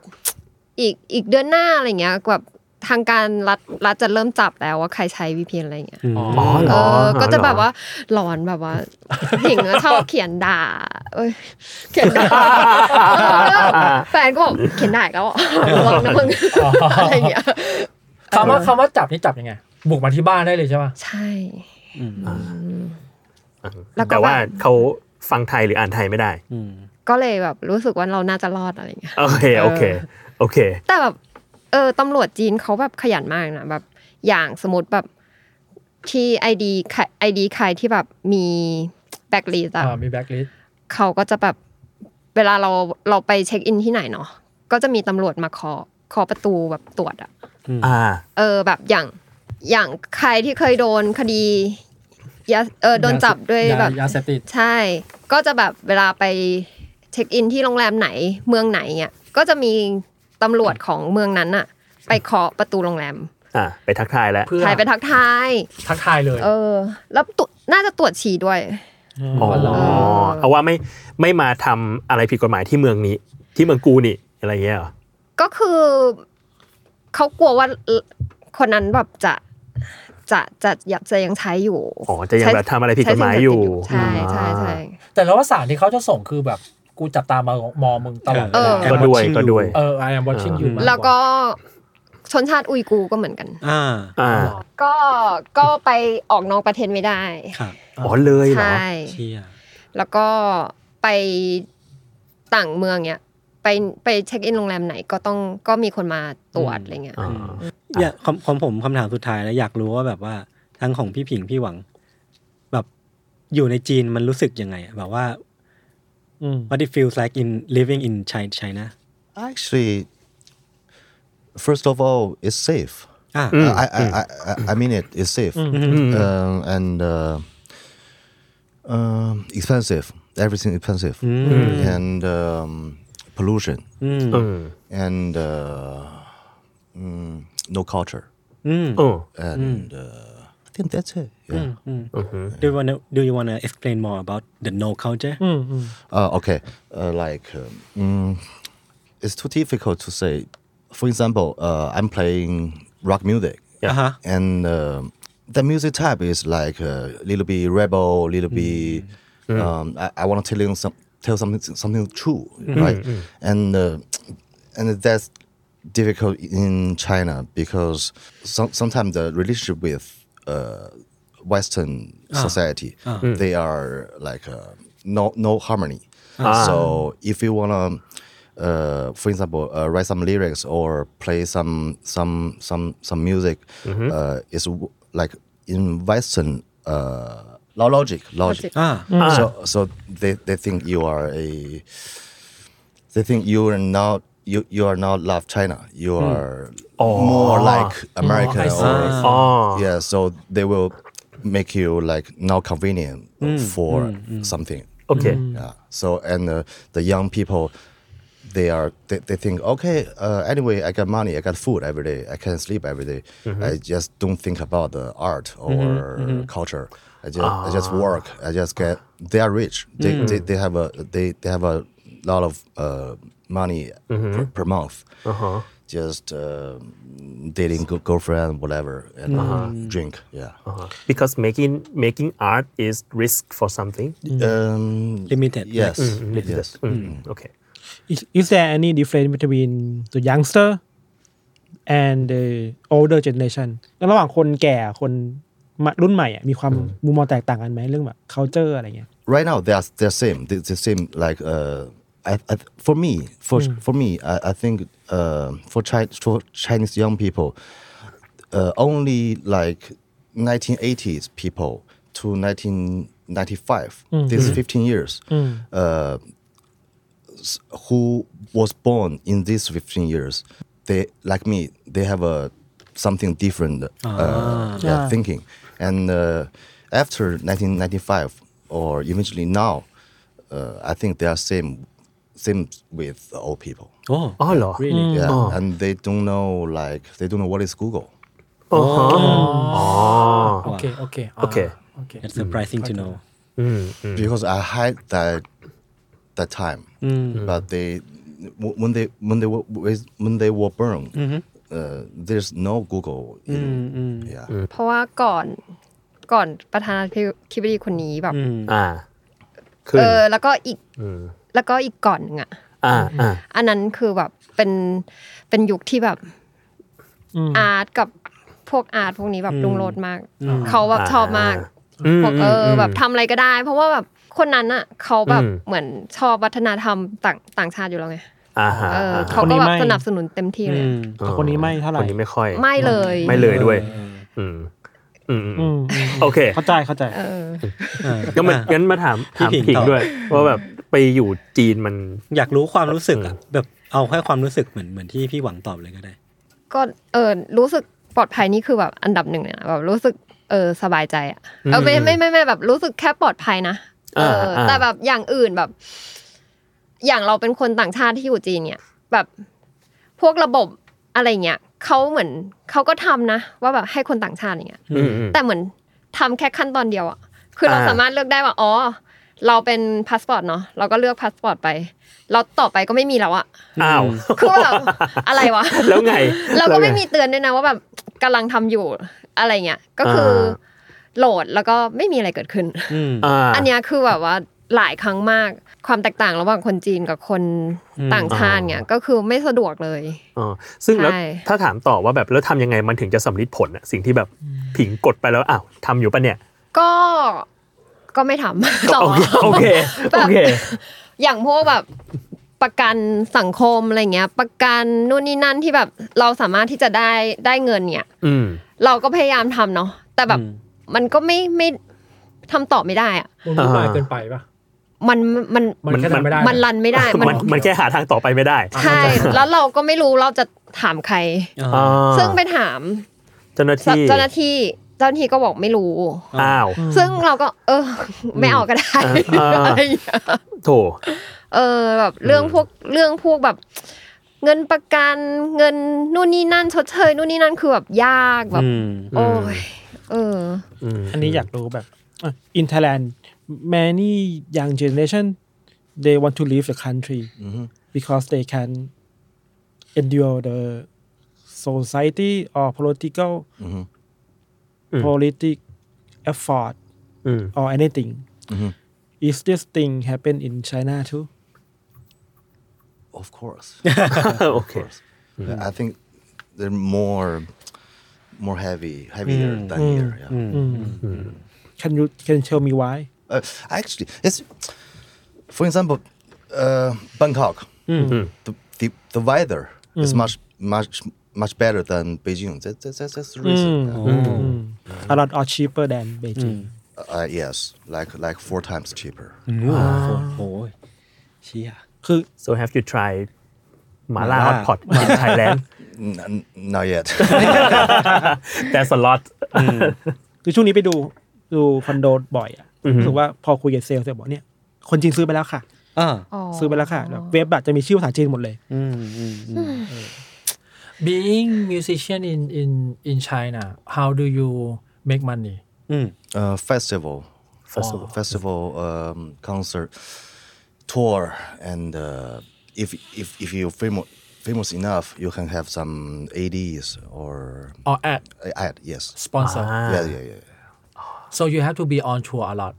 อีกอีกเดือนหน้าอะไรเงี้ยแบบทางการรัฐรัฐจะเริ่มจับแล้วว่าใครใช้ VPN อะไรเงี้ย อ๋อ อ๋อเหร เอ อ อ ก็จะแบบ เหรอ ว่าหลอนแบบว่า หญิงก็ชอบเขียนด่า เอ้ย เขียน ด่าแฟนก็บอกเขียนด่าอีก แล้วระวังนะมึงอะไรอย่างเงี้ย คำว่าคำว่าจับนี่จับยังไง บุกมาที่บ้านได้เลยใช่ป่ะ ใช่ แล้วก็ แต่ว่าเขาฟังไทยหรืออ่านไทยไม่ได้ ก็เลยแบบรู้สึกว่าเราน่าจะรอดอะไรเงี้ย โอเค โอเค โอเค แต่แบบ เออตำรวจจีนเขาแบบขยันมากนะแบบ อย่างสมมติแบบที่ไอดีไอดีใครที่แบบมีแบ็กลีสอะ อ่ามีแบ็คลิส เขาก็จะแบบเวลาเราเราไปเช็คอินที่ไหนเนาะก็จะมีตำรวจมาเคาะเคาะประตูแบบตรวจอะ อ่า เออแบบอย่างอย่างใครที่เคยโดนคดียาเออโดนจับด้วยแบบ ยาเสพติด ใช่ ก็จะแบบเวลาไปเช็คอินที่โรงแรมไหนเมืองไหนเนี่ยก็จะมีตำรวจของเมืองนั้นอะไปเคาะประตูโรงแรม อ่า ไปทักทายแล้ว เพื่อ ทายไปทักทาย ทักทายเลย เออแล้วตุน่าจะตรวจฉี่ด้วย อ๋อ เอาว่าไม่ไม่มาทำอะไรผิดกฎหมายที่เมืองนี้ ที่เมืองกูนี่ อะไรเงี้ยเหรอ ก็คือเขากลัวว่าเอ่อคนนั้นแบบจะจะจะอยากจะยังใช้อยู่ อ๋อจะยัง ใช้ แบบทำอะไรผิดกฎหมายอยู่ ใช้สิ่งเสพติดอยู่ใช่ใช่ใช่ แต่แล้วว่าสารที่เขาจะส่งคือแบบกูจับตามามองมึงตลอด เออ ก็ด้วยก็ด้วย เออ I am watching you มากว่า แล้วก็ชนชาติอุยกูร์ก็เหมือนกัน อ่า อ่า ก็ก็ไปออกนอกประเทศไม่ได้ ครับ อ๋อ เลยเหรอ ใช่ เชี่ย แล้วก็ไปต่างเมืองเนี้ยไปไปเช็คอินโรงแรมไหนก็ต้องก็มีคนมาตรวจอะไรเงี้ย อ่า อยากของของผมคำถามสุดท้ายแล้วอยากรู้ว่าแบบว่าทั้งของพี่ผิงพี่หวัง แบบอยู่ในจีนมันรู้สึกยังไงอะแบบว่า อืม what it feels like in living in Chi- China Actually, first of all, it's safe. อ่า Hmm. Uh, I, I, I, I- I mean it. It's safe Hmm. um, and uh, um, expensive. Everything expensive Hmm. and um, pollution Hmm. อืม and uh, mm, no culture. อืม Hmm. And uh, I think that's it. Yeah. do you wanna do you wanna explain more about the no culture Uh, okay, uh, like um, mm, it's too difficult to say. For example, uh, I'm playing rock music, Yeah. Uh-huh. and um the music type is like a little bit rebel, little bit. Um, I, I want to tell you some, tell something something true, right? And uh, and that's difficult in China because some, sometimes the relationship with uh, Western Ah. society Hmm. they are like uh, no no harmony. Ah. So if you wanna, uh, for example, uh, write some lyrics or play some some some some music, Mm-hmm. uh, it's w- like in Western uh, lo- logic logic. Ah. So so they, they think you are a they think you are not you you are not love China. You are more like American. Hmm. Oh, I see. Ah. or, อ๋อ yeah, so they will make you like not convenient Mm, for mm, mm. something. Okay. Mm. Yeah. So and uh, the young people, they are they, they think okay uh, anyway I got money I got food every day I can sleep every day. Mhm. I just don't think about the art or mhm. culture. I just I just work. I just get. They are rich. They, Ah. Mm. they, they have a they, they have a lot of uh, money per, Mhm. per month. Uh-huh. Just uh, dating good girlfriend whatever and Uh-huh. drink. Yeah. Uh-huh. Because making making art is risk for something. Um, Limited. Yes. Mm, limited. Yes. Mm, Okay. Is, is there any difference between the youngster and the older generation แล้วระหว่างคนแก่คนมารุ่นใหม่อะมีความมุมมองแตกต่างกันไหมเรื่องแบบ culture อะไรเงี้ย right now they are they're same they the same like uh I, I, for me for for me I, I think uh, for Chi- for Chinese young people uh, only like 1980s people to 1995 Mm. these Mm. 15 years Mm. uh, s- who was born in these 15 years they like me they have a something different uh, Ah. yeah, Ah. thinking and uh, after 1995 or eventually now uh, i think they are same same with the old people โอ้ อ๋อเหรอ really yeah Oh. and they don't know like they don't know what is google อ๋ออ๋อ โอเคโอเคา โอเค โอเค that's surprising to know อืมอืม because i had that that time but they w- when they when they were when they were born uh, there's no google in, yeah เพราะว่าก่อนก่อนประธานาธิบดีคนนี้แบบ อ่าขึ้น เออ แล้วก็อีก ม แล้วก็อีกก่อนหนึ่งอ่ะ อ่าอ่า อันนั้นคือแบบเป็นเป็นยุคที่แบบอาร์ตกับพวกอาร์ตพวกนี้แบบลุงโลดมาก เขาแบบ อ่า ชอบมากพวกเอออแบบทำอะไรก็ได้ เพราะว่าแบบคนนั้นอ่ะเขาแบบ อืม เหมือนชอบวัฒนธรรมต่างต่างชาติอยู่แล้วไง อ่าฮะ เออ อ่า เขา ฮะ ก็ คนนี้ แบบ ไม่ สนับสนุนเต็มที่เลยอะ อ๋อ คนนี้ไม่เท่าไหร่ คนนี้ไม่ค่อย ไม่เลย ไม่เลยด้วย อืมอืมอื อื ม มอืม โอเค เข้าใจเข้าใจ เออ ก็มันงั้นมาถามถาม พี่ผิงผิง ต่อ ด้วย ว่าแบบไปอยู่จีนมัน อยากรู้ความรู้สึกอะแบบเอาแค่ความรู้สึกเหมือนเหมือนที่พี่หวังตอบเลยก็ได้ ก็เออรู้สึกปลอดภัยนี่คือแบบอันดับหนึ่งเลยนะแบบรู้สึกเออสบายใจอะเออไม่ไม่ไม่ไม่แบบรู้สึกแค่ปลอดภัยนะเอออา แต่แบบอย่างอื่นแบบ อย่างเราเป็นคนต่างชาติที่อยู่จีนเนี่ย แบบพวกระบบอะไรเงี้ยเขาเหมือนเขาก็ทำนะ ว่าแบบให้คนต่างชาติอย่างเงี้ย อืมอืม แต่เหมือนทำแค่ขั้นตอนเดียวอะคือเรา อ่า สามารถเลือกได้ว่าอ๋อเราเป็นพาสปอร์ตเนาะเราก็เลือกพาสปอร์ตไปแล้วต่อไปก็ไม่มีแล้วอะ อ้าว คือแบบอะไรวะ แล้วไง เราก็ไม่ แล้วง มีเตือนด้วยนะว่าแบบกำลังทำอยู่อะไรเงี้ยก็คืออา โหลดแล้วก็ไม่มีอะไรเกิดขึ้น อืม อ่า อันเนี้ยคือแบบว่าหลายครั้งมากความแตกต่างระหว่างคนจีนกับคน อืม ต่างชาติเนี่ยก็คือไม่สะดวกเลย อ๋อซึ่งแล้ว ใช่ ถ้าถามต่อว่าแบบแล้วทำยังไงมันถึงจะสำลิดผลอะสิ่งที่แบบผิงกดไปแล้วอ้าวทำอยู่ปะเนี่ย ก็ก็ไม่ทำต่อ โอเคโอเค แบ โอบ เค อย่างพวกแบบประกันสังคมอะไรเงี้ย ประกันนู่นนี่นั่นที่แบบเราสามารถที่จะได้ได้เงินเนี่ย อืม เราก็พยายามทำเนาะแต่แบบ อืม มันก็ไม่ไม่ทำต่อไม่ได้อะ มันวุ่นวายเกินไปป่ะ มันมัน มันแค่ มัน ทำไม่ได้ มันรันไม่ได้ มันมันแค่หาทางต่อไปไม่ได้ ใช่ แล้วเราก็ไม่รู้เราจะถามใคร อ่า ซึ่งไปถาม เจ้าหน้าที่ เจ้าหน้าที่เจ้าหน้าที่ก็บอกไม่รู้ อ้าว ซึ่งเราก็ เออ ไม่เอาก็ได้ อ่า อะไรอย่างเงี้ย โถ เออแบบเรื่องพวกเรื่องพวกแบบ เงินประกันเงินนู่นนี่นั่นชดเชยนู่นนี่นั่นคือแบบยากแบบ อืม โอ้ยเออ ม อันนี้อยากรู้แบบอ่ะ in Thailand many young generation they want to leave the country because they can endure the society or political Mm. politic effort อืม or anything Mhm. is this thing happen in China too of course โอเค I think they're more more heavy heavier than here. Yeah. can you can you tell me why Uh, actually, it's for example, uh, Bangkok. The, the the weather is much much much better than Beijing. That, that, that's that's the reason. a lot are cheaper than Beijing Uh, yes, like like four times cheaper. โอ้ยเชี่ย คือ so have you tried หมาล่า ห ฮ มา อ ล่า ตพอตในไทยแลนด์ N- n- not yet. that's a lot คือช่วงนี้ไปดู ดูคอนโดบ่อยอ่ะ อือฮึ รู้สึกว่าพอคุยกับเซลล์เซลล์บอกเนี่ย คนจริงซื้อไปแล้วค่ะ อ่า ซื้อไปแล้วค่ะแบบเว็บอะจะมีชื่อภาษาจีนหมดเลย อืมอืมอืม being musician in in in China how do you make money uh, festival, festival, festival um, concert tour, and uh, if if if you famous famous enough, you can have some ads or or ad a- ad. Yes. sponsor Yeah, yeah, yeah. so you have to be on tour a lot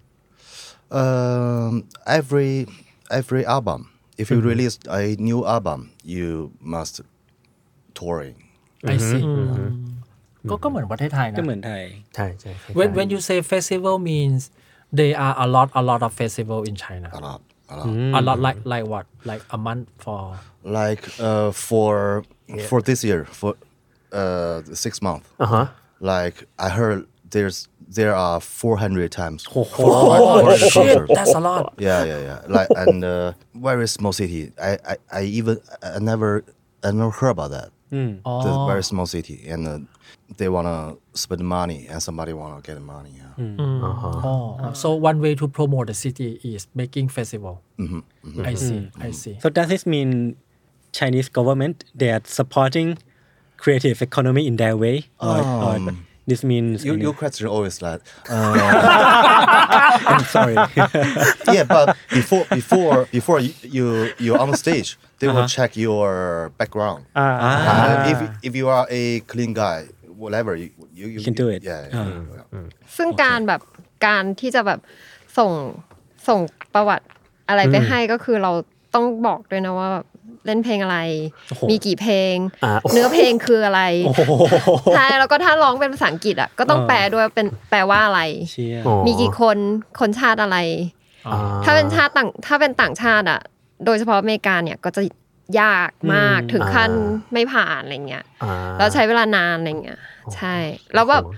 Um, every every album, if you release a new album, you must touring. I see ก็ก็เหมือนประเทศไทยนะ ก็เหมือนไทย ใช่ใช่ใช่ when when you say festival means there are a lot a lot of festival in China A lot, a lot. a lot like like what like a month for Like uh, for for this year, for uh, the six month. อ่าฮะ Like I heard, there's there are 400 times. shit that's a lot Yeah, yeah, yeah. Like and uh, very small city. I, I, I even I never I never heard about that. The very small city, and uh, they wanna spend money, and somebody wanna get money. Yeah. oh so one way to promote the city is making festival I see I see so does this mean Chinese government they are supporting creative economy in their way or, or this means You, any- your question always like, uh, I'm sorry yeah, but before before before you you you're on stage, they will check your background. Uh, if if you are a clean guy, whatever you you, you can do it. Mm. Yeah. yeah, yeah. ซึ่งการแบบการที่จะแบบส่งส่งประวัติอะไรไปให้ก็คือเราต้องบอกด้วยนะว่าแบบเล่นเพลงอะไร มีกี่เพลง อ่าโอ้โห เนื้อเพลงคืออะไรใช่แล้วก็ถ้าร้องเป็นภาษาอังกฤษอ่ะก็ต้องแปลด้วยเป็นแปลว่าอะไร เชีย อ๋อ มีกี่คนคนชาติอะไร อ่ ถ้าเป็นชาติต่างถ้าเป็นต่างชาติอ่ะ โดยเฉพาะอเมริกาเนี่ยก็จะยากมากถึงขั้นไม่ผ่านอะไรเงี้ย อ่า แล้วใช้เวลานานอะไรเงี้ยใช่ แล้วแบบ โอ้โห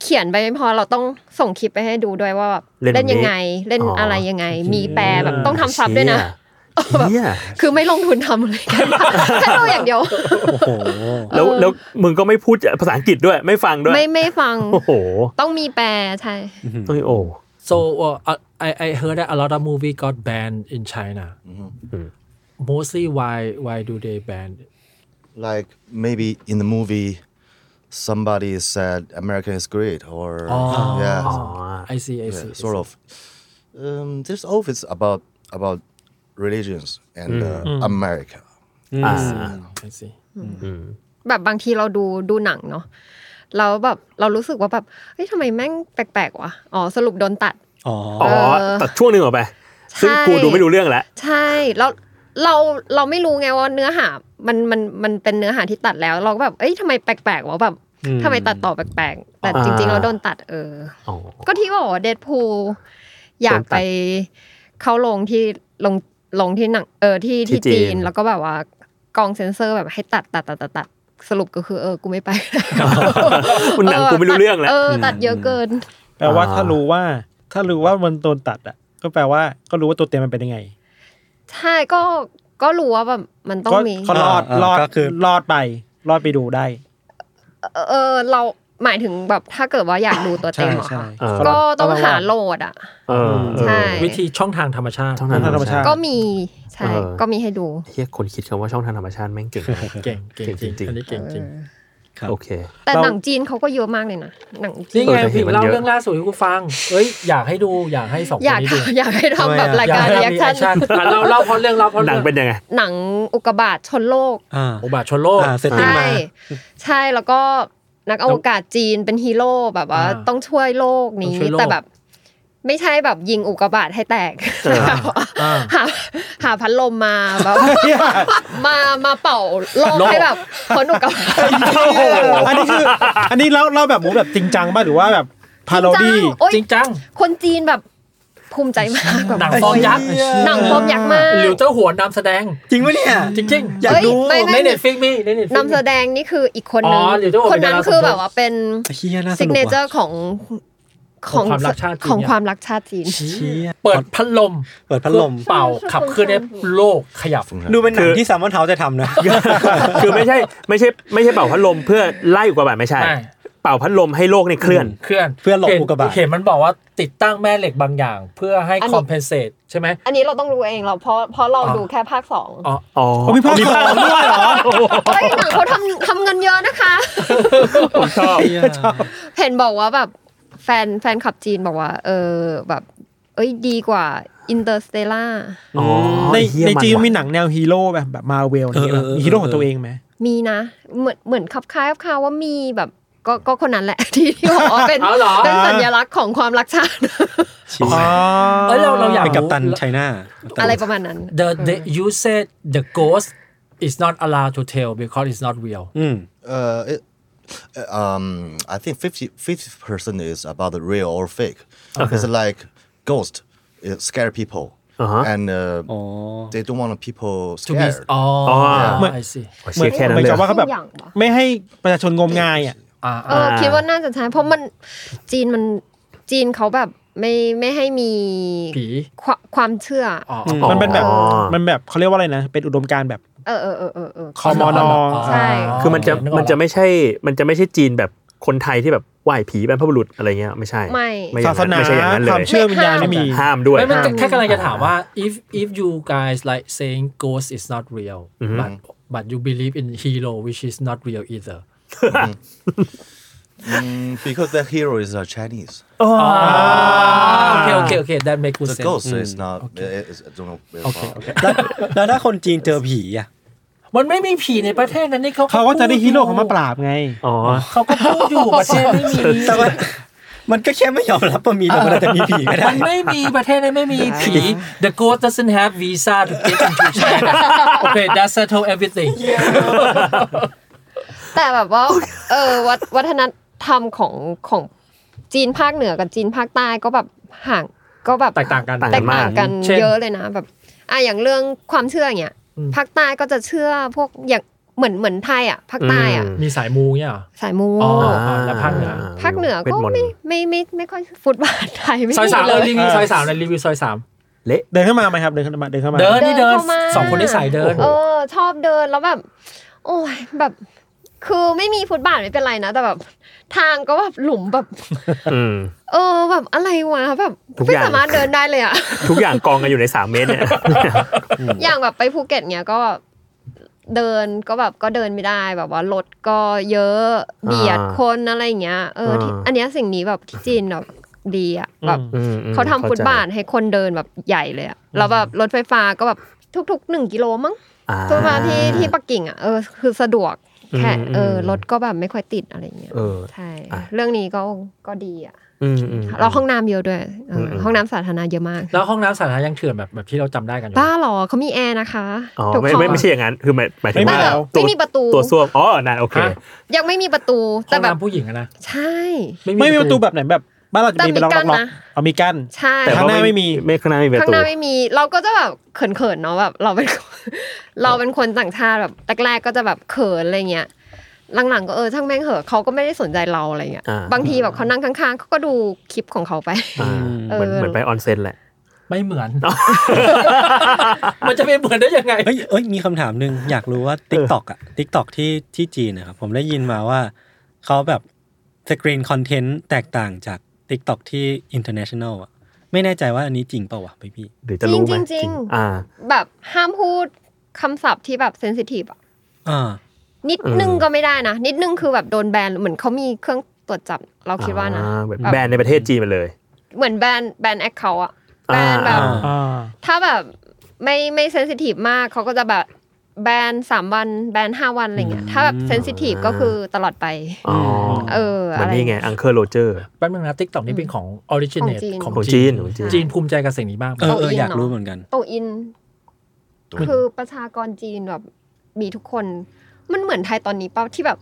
เขียนไปไม่พอเราต้องส่งคลิปไปให้ดูด้วยว่าแบบ เล่นแบบนี้ เล่นยังไงเล่น อ๋ออ อะไรยังไง มีแปลแบบต้องทำซับด้วยนะ เชี่ย คือไม่ลงทุนทำเลยกัน แค่ดูอย่างเดียว โอ้โห แล้วแล้วมึงก็ไม่พูดภาษาอังกฤษด้วยไม่ฟังด้วย ไม่ไม่ฟัง โอ้โห ต้องมีแปลใช่ เอ้ยโอ้ so uh, I I heard that a lot of movie got banned in China mostly why why do they ban it? like maybe in the movie somebody said america is great or yeah I see I yeah, see I sort see. of um, there's always about about religions and Mm. uh, america อ่า I see แบบบางทีเราดูดูหนังเนาะเราแบบเรารู้สึกว่าแบบเฮ้ยทำไมแม่งแปลกๆวะอ๋อสรุปโดนตัด อ๋อ อ๋อตัดช่วงหนึ่งออกไป ซึ่งกูดูไม่รู้เรื่องแล้ว ใช่แล้วเราเราไม่รู้ไงว่าเนื้อหามันมันมันเป็นเนื้อหาที่ตัดแล้ว เราก็แบบเอ้ยทำไมแปลกๆวะแบบทำไมตัดต่อแปลกๆ แต่ อ่า จริงๆเราโดนตัดเออ อ๋อ ก็ที่บอกว่าเดดพูอยาก โดนตัด ไปเข้าลงที่ลงลงที่หนังเออที่ที่ ที่จี จี น น แล้วก็แบบว่ากองเซ็นเซอร์แบบให้ตัดตัดตัดตัดตัดสรุปก็คือเออกูไม่ไป มัน หนังกูไม่รู้เรื่องแล้ว เออตัดเยอะเกิน แปลว่า อ่า ถ้ารู้ว่า ถ้ารู้ว่ามันโดนตัดอ่ะ ก็แปลว่าก็รู้ว่าตัวเต็มมันเป็นยังไง ใช่ก็ก็รู้ว่าแบบมันต้อง ก็ มี ก็รอด อ่าร อด ก็คือ รอดไป รอดไปดูได้ เออเราหมายถึงแบบถ้าเกิดว่าอยากดูตัวเต็มเหรอ ใช่ คะ เออ ก็ต้องหา ต้องระวัง โหลดอ่ะ เออเออ ใช่ วิธีช่องทางธรรมชาติ ช่องทางธรรมชาติ ก็มีใช่ เออ ก็มีให้ดู เฮียคนคิดคำว่าช่องทางธรรมชาติแม่งเก่งมาก เก่งเก่งจริง เก่งจริง อันนี้เก่งจริง โอเค แต่หนังจีนเขาก็เยอะมากเลยนะหนังจี นี่ น ไง เออแต่เห็ พี่ นมัน เล่า เยอะ เรื่องล่าสุดให้กูฟัง เอ้ยอยากให้ดูอยากให้สองค อน ยาก นี้ดู อยากให้ทำแบบรายการ อ เรียให้ก มี ชั action น อ่ะเราเล่าเพราะเรื่องเล่าเพราะ หนั เรื่อง ง เป็นยังไง หนังอุกกาบาตชนโลก อ่า อุบาทชนโลก อ่า setting ใช่ มา ใช่แล้วก็นักอวกาศจีนเป็นฮีโร่แบบว่า อ่า ต้องช่วยโลกนี้ ต้องช่วยโลก แต่แบบ ไม่ใช่แบบยิงอุกกาบาตให้แตกแบบว่าหาหาพัดลมมา แบบมามาเป่าโลกให้แบบพ้นอุกกาบาต อันนี้คือ อันนี้เล่าเล่าแบบมูแบบจริงจังป่ะหรือว่าแบบพาโรดี้ โอ๊ย จริงจัง คนจีนแบบภูมิใจมากแบบ หนังฟอร์มยักษ์ หนังฟอร์มยักษ์มาก หลิวเจ้าหัวนำแสดง จริงปะเนี่ย จริงๆ อยากดูเฮ้ยไม่ไม่ ในเน็ตฟิกมีในเน็ตฟิก นำแสดงนี่คืออีกคนนึง อ๋อหลิวเจ้าหัว คนนั้นคือแบบว่าเป็น เฮียน่าส ซิก นุก เนเจอ ว่ะ ร์ของ ของความรักชาติจีน ของความรักชาติจีน เชีย เปิดพัดลม เปิดพัดลม เป่าขับเคลื่อนให้โลกขยับ ดูเป็นหนังที่สามวันเท้าจะทำนะ คือไม่ใช่ไม่ใช่ไม่ใช่เป่าพัดลมเพื่อไล่อุกกาบาตไม่ใช่ ไม่ เป่าพัดลมให้โลกเนี่ยเคลื่อน เคลื่อน เพื่อหลบอุกกาบาต เห็นมันบอกว่าติดตั้งแม่เหล็กบางอย่าง เพื่อให้ อันนี้ คอมเพนเซตใช่ไหม อันนี้เราต้องรู้เองเราเพราะเพราะเรา อ๋อ ดูแค่ภาคสอง อ๋อ อ๋อ มีภาคสองด้วยเหรอ เฮ้ยหนังเขาทำทำเงินเยอะนะคะ ผมชอบ เห็นบอกว่าแบบแฟนแฟนคลับจีนบอกว่า เออแบบ เอ้ยดีกว่าอินเตอร์สเตล่า อ๋อ ใน เหี้ย ในจีน ว่ะ มีหนังแนวฮีโร่แบบแบบมาเวลอะไรเงี้ย เออ ปะ เออเออ มีฮีโร่ของตัวเองไหม มีนะเหมือนเหมือนคับคล้ายคับคาว่ามีแบบก็ก็คนนั้นแหละ ที่ที่บอกว่าเป็น เอาเหรอ เป็นสัญลักษณ์ของความรักชาติ เอ้ยเราเราอยาก เป็นกัปตันไชน่า อะไรประมาณนั้น The the you said the ghost is not allowed to tell because it's not real อืม Uh, it, uh, um, I think 50 percent is about the real or fake. It's like ghost, it scare people, Uh-huh. and uh, อ๋อ they don't want people to be uh, scared. อ๋อ อ๋อ ไอซี เชียร์แค่นั้หนมือ เลย กับว่าเขาแบบ เส้นอย่างเหรอ ไม่ให้ประชาชนงมงายอ่ะ อ่า เออ uh. คิดว่าน่าจะใช่เพราะมันจีนมันจีนเขาแบบไม่ไม่ให้มี ผี ควความเชื่ออ อ๋อ อ๋อ มันเป็นแบบ มันแบบเขาเรียกว่าอะไรนะ เป็นอุดมการณ์แบบ เออเออเออเออเออ คอมอนอ ใช่ คือมันจะ กกแล้ว มันจะไม่ใช่ มันจะไม่ใช่จีนแบบคนไทยที่แบบไหว้ผีบรรพบุรุษอะไรเงี้ยไม่ใช่ ไม่ อย่ ศางสนา ไม่ใช่อย่างนั้นเลยวคามเชื่อวิญญาณไม่มี ห้ามด้วย ไม่มันจะแค่กำลังจะถามว่า if if you guys like saying ghost is not real อือฮึ but but you believe in hero which is not real either Mm, because the hero is a Chinese. โอเคโอเคโอเค that make good The sense ghost is not. It is, I don't know. where Mm, Okay, from. แล้วแล้วถ้าคนจีนเจอผีอ่ะ มันไม่มีผีในประเทศนั้นนี่เขา เขาก็จะได้ฮีโร่เขามาปราบไง อ๋อ เขาก็พูดอยู่ประเทศไม่มี แต่ว่ามันก็แค่ไม่ยอมรับว่ามีแต่ มันอาจจะมีผีก็ได้ มันไม่มีประเทศนั้นไม่มีผี The ghost doesn't have visa to get into China Okay that settle everything แต่แบบว่า เออวัฒวัฒนธรรมของของจีนภาคเหนือกับจีนภาคใต้ก็แบบห่างก็แบบ แตกต่างกัน แต แตกต่างกัน เช่น เยอะเลยนะแบบอ่ะอย่างเรื่องความเชื่ออย่างเงี้ย อืม ภาคใต้ก็จะเชื่อพวกอย่างเหมือนเหมือนไทยอ่ะภาคใต้อ่ะ อืม มีสายมูเนี่ยเหรอ สายมู อ๋อ แล้วภาคเหนือ ภาคเหนือก็ไม่ไม่ไม่ไม่ค่อยฟุตบาทไทยไม่ ซอย มี สาม เล เรา ย รีวิวซอยสามเลยรีวิวซอยสาม เดินเข้ามาไหมครับ เดินเข้ามาเดินเข้ามา เดินนี่เดิน เข้ามา สองคนได้สายเดิน เออ ชอบเดินแล้วแบบ โอ้ยแบบ คือไม่มีฟุตบาทไม่เป็นไรนะ แต่แบบ ทางก็แบบหลุมแบบ อืม เออแบบอะไรวะแบบ ทุกอ ไม่ ย่าง สามารถเดินได้เลยอะ ทุกอย่างกองกันอยู่ในสามเมตรเนี่ย อย่างแบบไปภูเก็ตเนี้ยก็แบบเดินก็แบบก็เดินไม่ได้แบบว่ารถก็เยอะเบียด อ่า คนอะไรอย่างเงี้ยเออที่ Uh-huh. อ่า อันเนี้ยสิ่งนี้แบบที่จีนแบบดีอะแบบ อืมอืม เขาทำฟุตบาท เข้ใจ ให้คนเดินแบบใหญ่เลยอะแล้วแบบรถไฟฟ้าก็แบบทุกๆหนึ่งกิโลมั้ง อ่ ฟุตบาทที่ที่ปักกิ่งอะเออคือสะดวกแค่ อืม เอออ ม รถก็แบบไม่ค่อยติดอะไรเงี้ย เออ ใช่ อ่ะ เรื่องนี้ก็ก็ดีอะ อืมอืม เราห้องน้ำเยอะด้วยเอออ ม ห้องน้ำสาธารณะเยอะมาก แล้วห้องน้ำสาธารณะยังเถื่อนแบบแบบที่เราจำได้กันอยู่ บ้าหรอเขามีแอร์นะคะ อ๋อ ถูก ไม่ ขอ ไม่ไม่ใช่อย่างนั้น คือหมายหมายถึง ไม่ ว่า แบบ ตั ไม่ ว มีประตู ตัวส้วมอ๋อนั่นโอเค ยังไม่มีประตู ห้ แต่ อง แบบ น้ำผู้หญิงอะนะ ใช่ ไม่มีประตูแบบไหนแบบบ้านเราจะมีเป็นล็อกๆๆเอามีกั้น ใช่ แต่ ข้างหน้าไม่มี ไม่ข้างหน้าไม่มีประ ข้าง ตู หน้าไม่มีเราก็จะแบบเขินๆเนาะแบบเราเป็น เราเป็นคนต่างชาติแบบแรกๆก็จะแบบเขินอะไรเงี้ยหลังๆก็เออช่างแม่งเหอะเขาก็ไม่ได้สนใจเราอะไรเงี้ย อ่ บางทีแบบเขานั่งข้างๆเขาก็ดูคลิปของเขาไป อ่า เออ เหมือนเหมือนไปออนเซ็นแหละ ไม่เหมือน มันจะไปเหมือนได้ยังไง เอ้ยเอ้ยมีคำถามหนึ่งอยากรู้ว่า Tik t o k อ่ะ Tik t o k ที่ที่จีนนะครับ ผมได้ยินมาว่าเขาแบบสกรีนคอนเทนต์แตกต่างจาก Tik t o k ที่ international อ่ะ ไม่แน่ใจว่าอันนี้จริงเปล่าวะพี่พี่ หรือจะรู้ไหจมริงๆจริง อ่า แบบห้ามพูดคำศัพท์ที่แบบเซนซิทีฟอะ อ่า นิดนึงก็ไม่ได้นะ นิดนึงคือแบบโดนแบนเหมือนเขามีเครื่องตรวจจับเราคิดว่านะ อ่แบบแบรนด์ในประเทศจีนไปเลย เหมือนแบนแบนแอคเคาอะแบ อ่าน แบบ อ่า อ่า ถ้าแบบไม่ไม่เซนซิทีฟมากเขาก็จะแบบแบนสามวันแบนห้าวันอะไรเงี้ยถ้าแบบเซนซิทีฟก็คือตลอดไป อ๋อ เออ มัอะนไร นี่ไงอังเคิลโรเจอร์ แป๊บนึงนะติ๊กต็อกนี้เป็นของออริจินเนต ของจีน ของจีนของจีน จีนภูมิใจกับสิ่งนี้มากไหม เออเอเอาออีก อยาก เนอะ รู้เหมือนกัน โตอิน คือประชากรจีนแบบมีทุกคน มันเหมือนไทยตอนนี้เป้าที่แบบ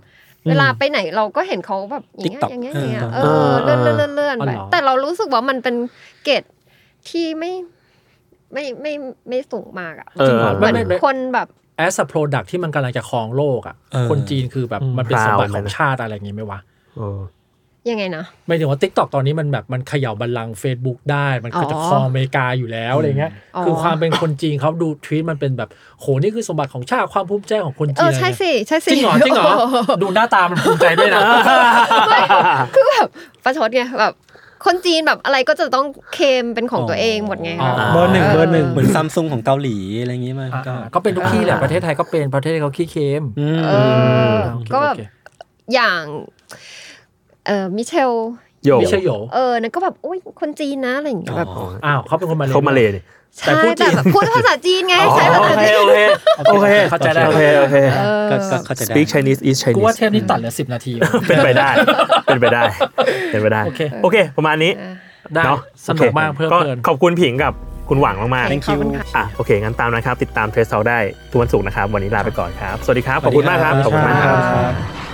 เวลาไปไหนเราก็เห็นเขาแบบอย่างเงี้ย TikTok อย่างเงี้ยอย่างเงี้ย เอ เอ อ อเลื่อนเลื่อนเลื่อนเลื่อนไปแต่เรารู้สึกว่ามันเป็นเกรดที่ไม่ไม่ไม่ไม่สูงมากอ่ะ เออ เหมือนคนแบบ แอสโปรดักที่มันกำลังจะครองโลกอ่ะ เออ คนจีนคือแบบมันเป็น พ ส ราว มบัติข มั อน ง นะ ชาติอะไรอย่างงี้ไหมวะ เออ ยังไงนะ ไม่ถึงว่า t ิ k t o k ตอนนี้มันแบบมันเขย่าบัลลังก์ Facebook ได้ มันก็จะ อ๋อ ครองอเมริกาอยู่แล้วอะไรเงี้ย อ๋อ คือความเป็นคนจีนเขาดูทวีตมันเป็นแบบโหนี่คือสมบัติของชาติความภูมิใจของคน เอ จีน อ อะไร ใช่ เงี้ย สิใช่สิ จริงเหรอจริงเหร อ โโ ดูหน้าตามันภูมิใจด้วยนะ ไม่คือแบบประชดไงแบบ คนจีนแบบอะไรก็จะต้องเคลมเป็นของตัวเองหมดไง อ๋อ เบอร์หนึ่งเบอร์หนึ่งเหมือนซัมซุงของเกาหลีอะไรอย่างงี้มา อ่าก็เป็นทุกที่แหละประเทศไทยก็เป็นประเทศเขาขี้เค็ม อืม เออ โอเค ก็แบบ โอเค อย่างเออมิเชล โย ไม่ใช่โย เออนั่นก็แบบโอ้ยคนจีนนะอะไรอย่างเงี้ยแบบ อ้าวเขาเป็นคนมาเล เขามาเลยนี่ ใช่แต่แบบพูดภาษาจีนไงใช้ภาษา โอเค จีน โอเคโอเค เข้าใจได้ โอเคโอเค ก็ก็เข้าใจได้ speak Chinese is กูว่า Chinese เทปนี้ตัดเหลือสิบนาที เป็นไปได้ เป็นไปได้ เป็นไปได้ โอเค โอเค ประมาณนี้ ได้ เนาะ สนุกมากเพลิดเพลิน ขอบคุณผิงกับคุณหวังมาก ขอบคุณค่ะ ๆอ่ะโอเค งั้นตามนะครับ ติดตามเทรซเซาได้ทุกวันศุกร์นะครับ วันนี้ลาไปก่อนครับ สวัสดีครับ ขอบคุณมากครับ ขอบคุณมากครับ บ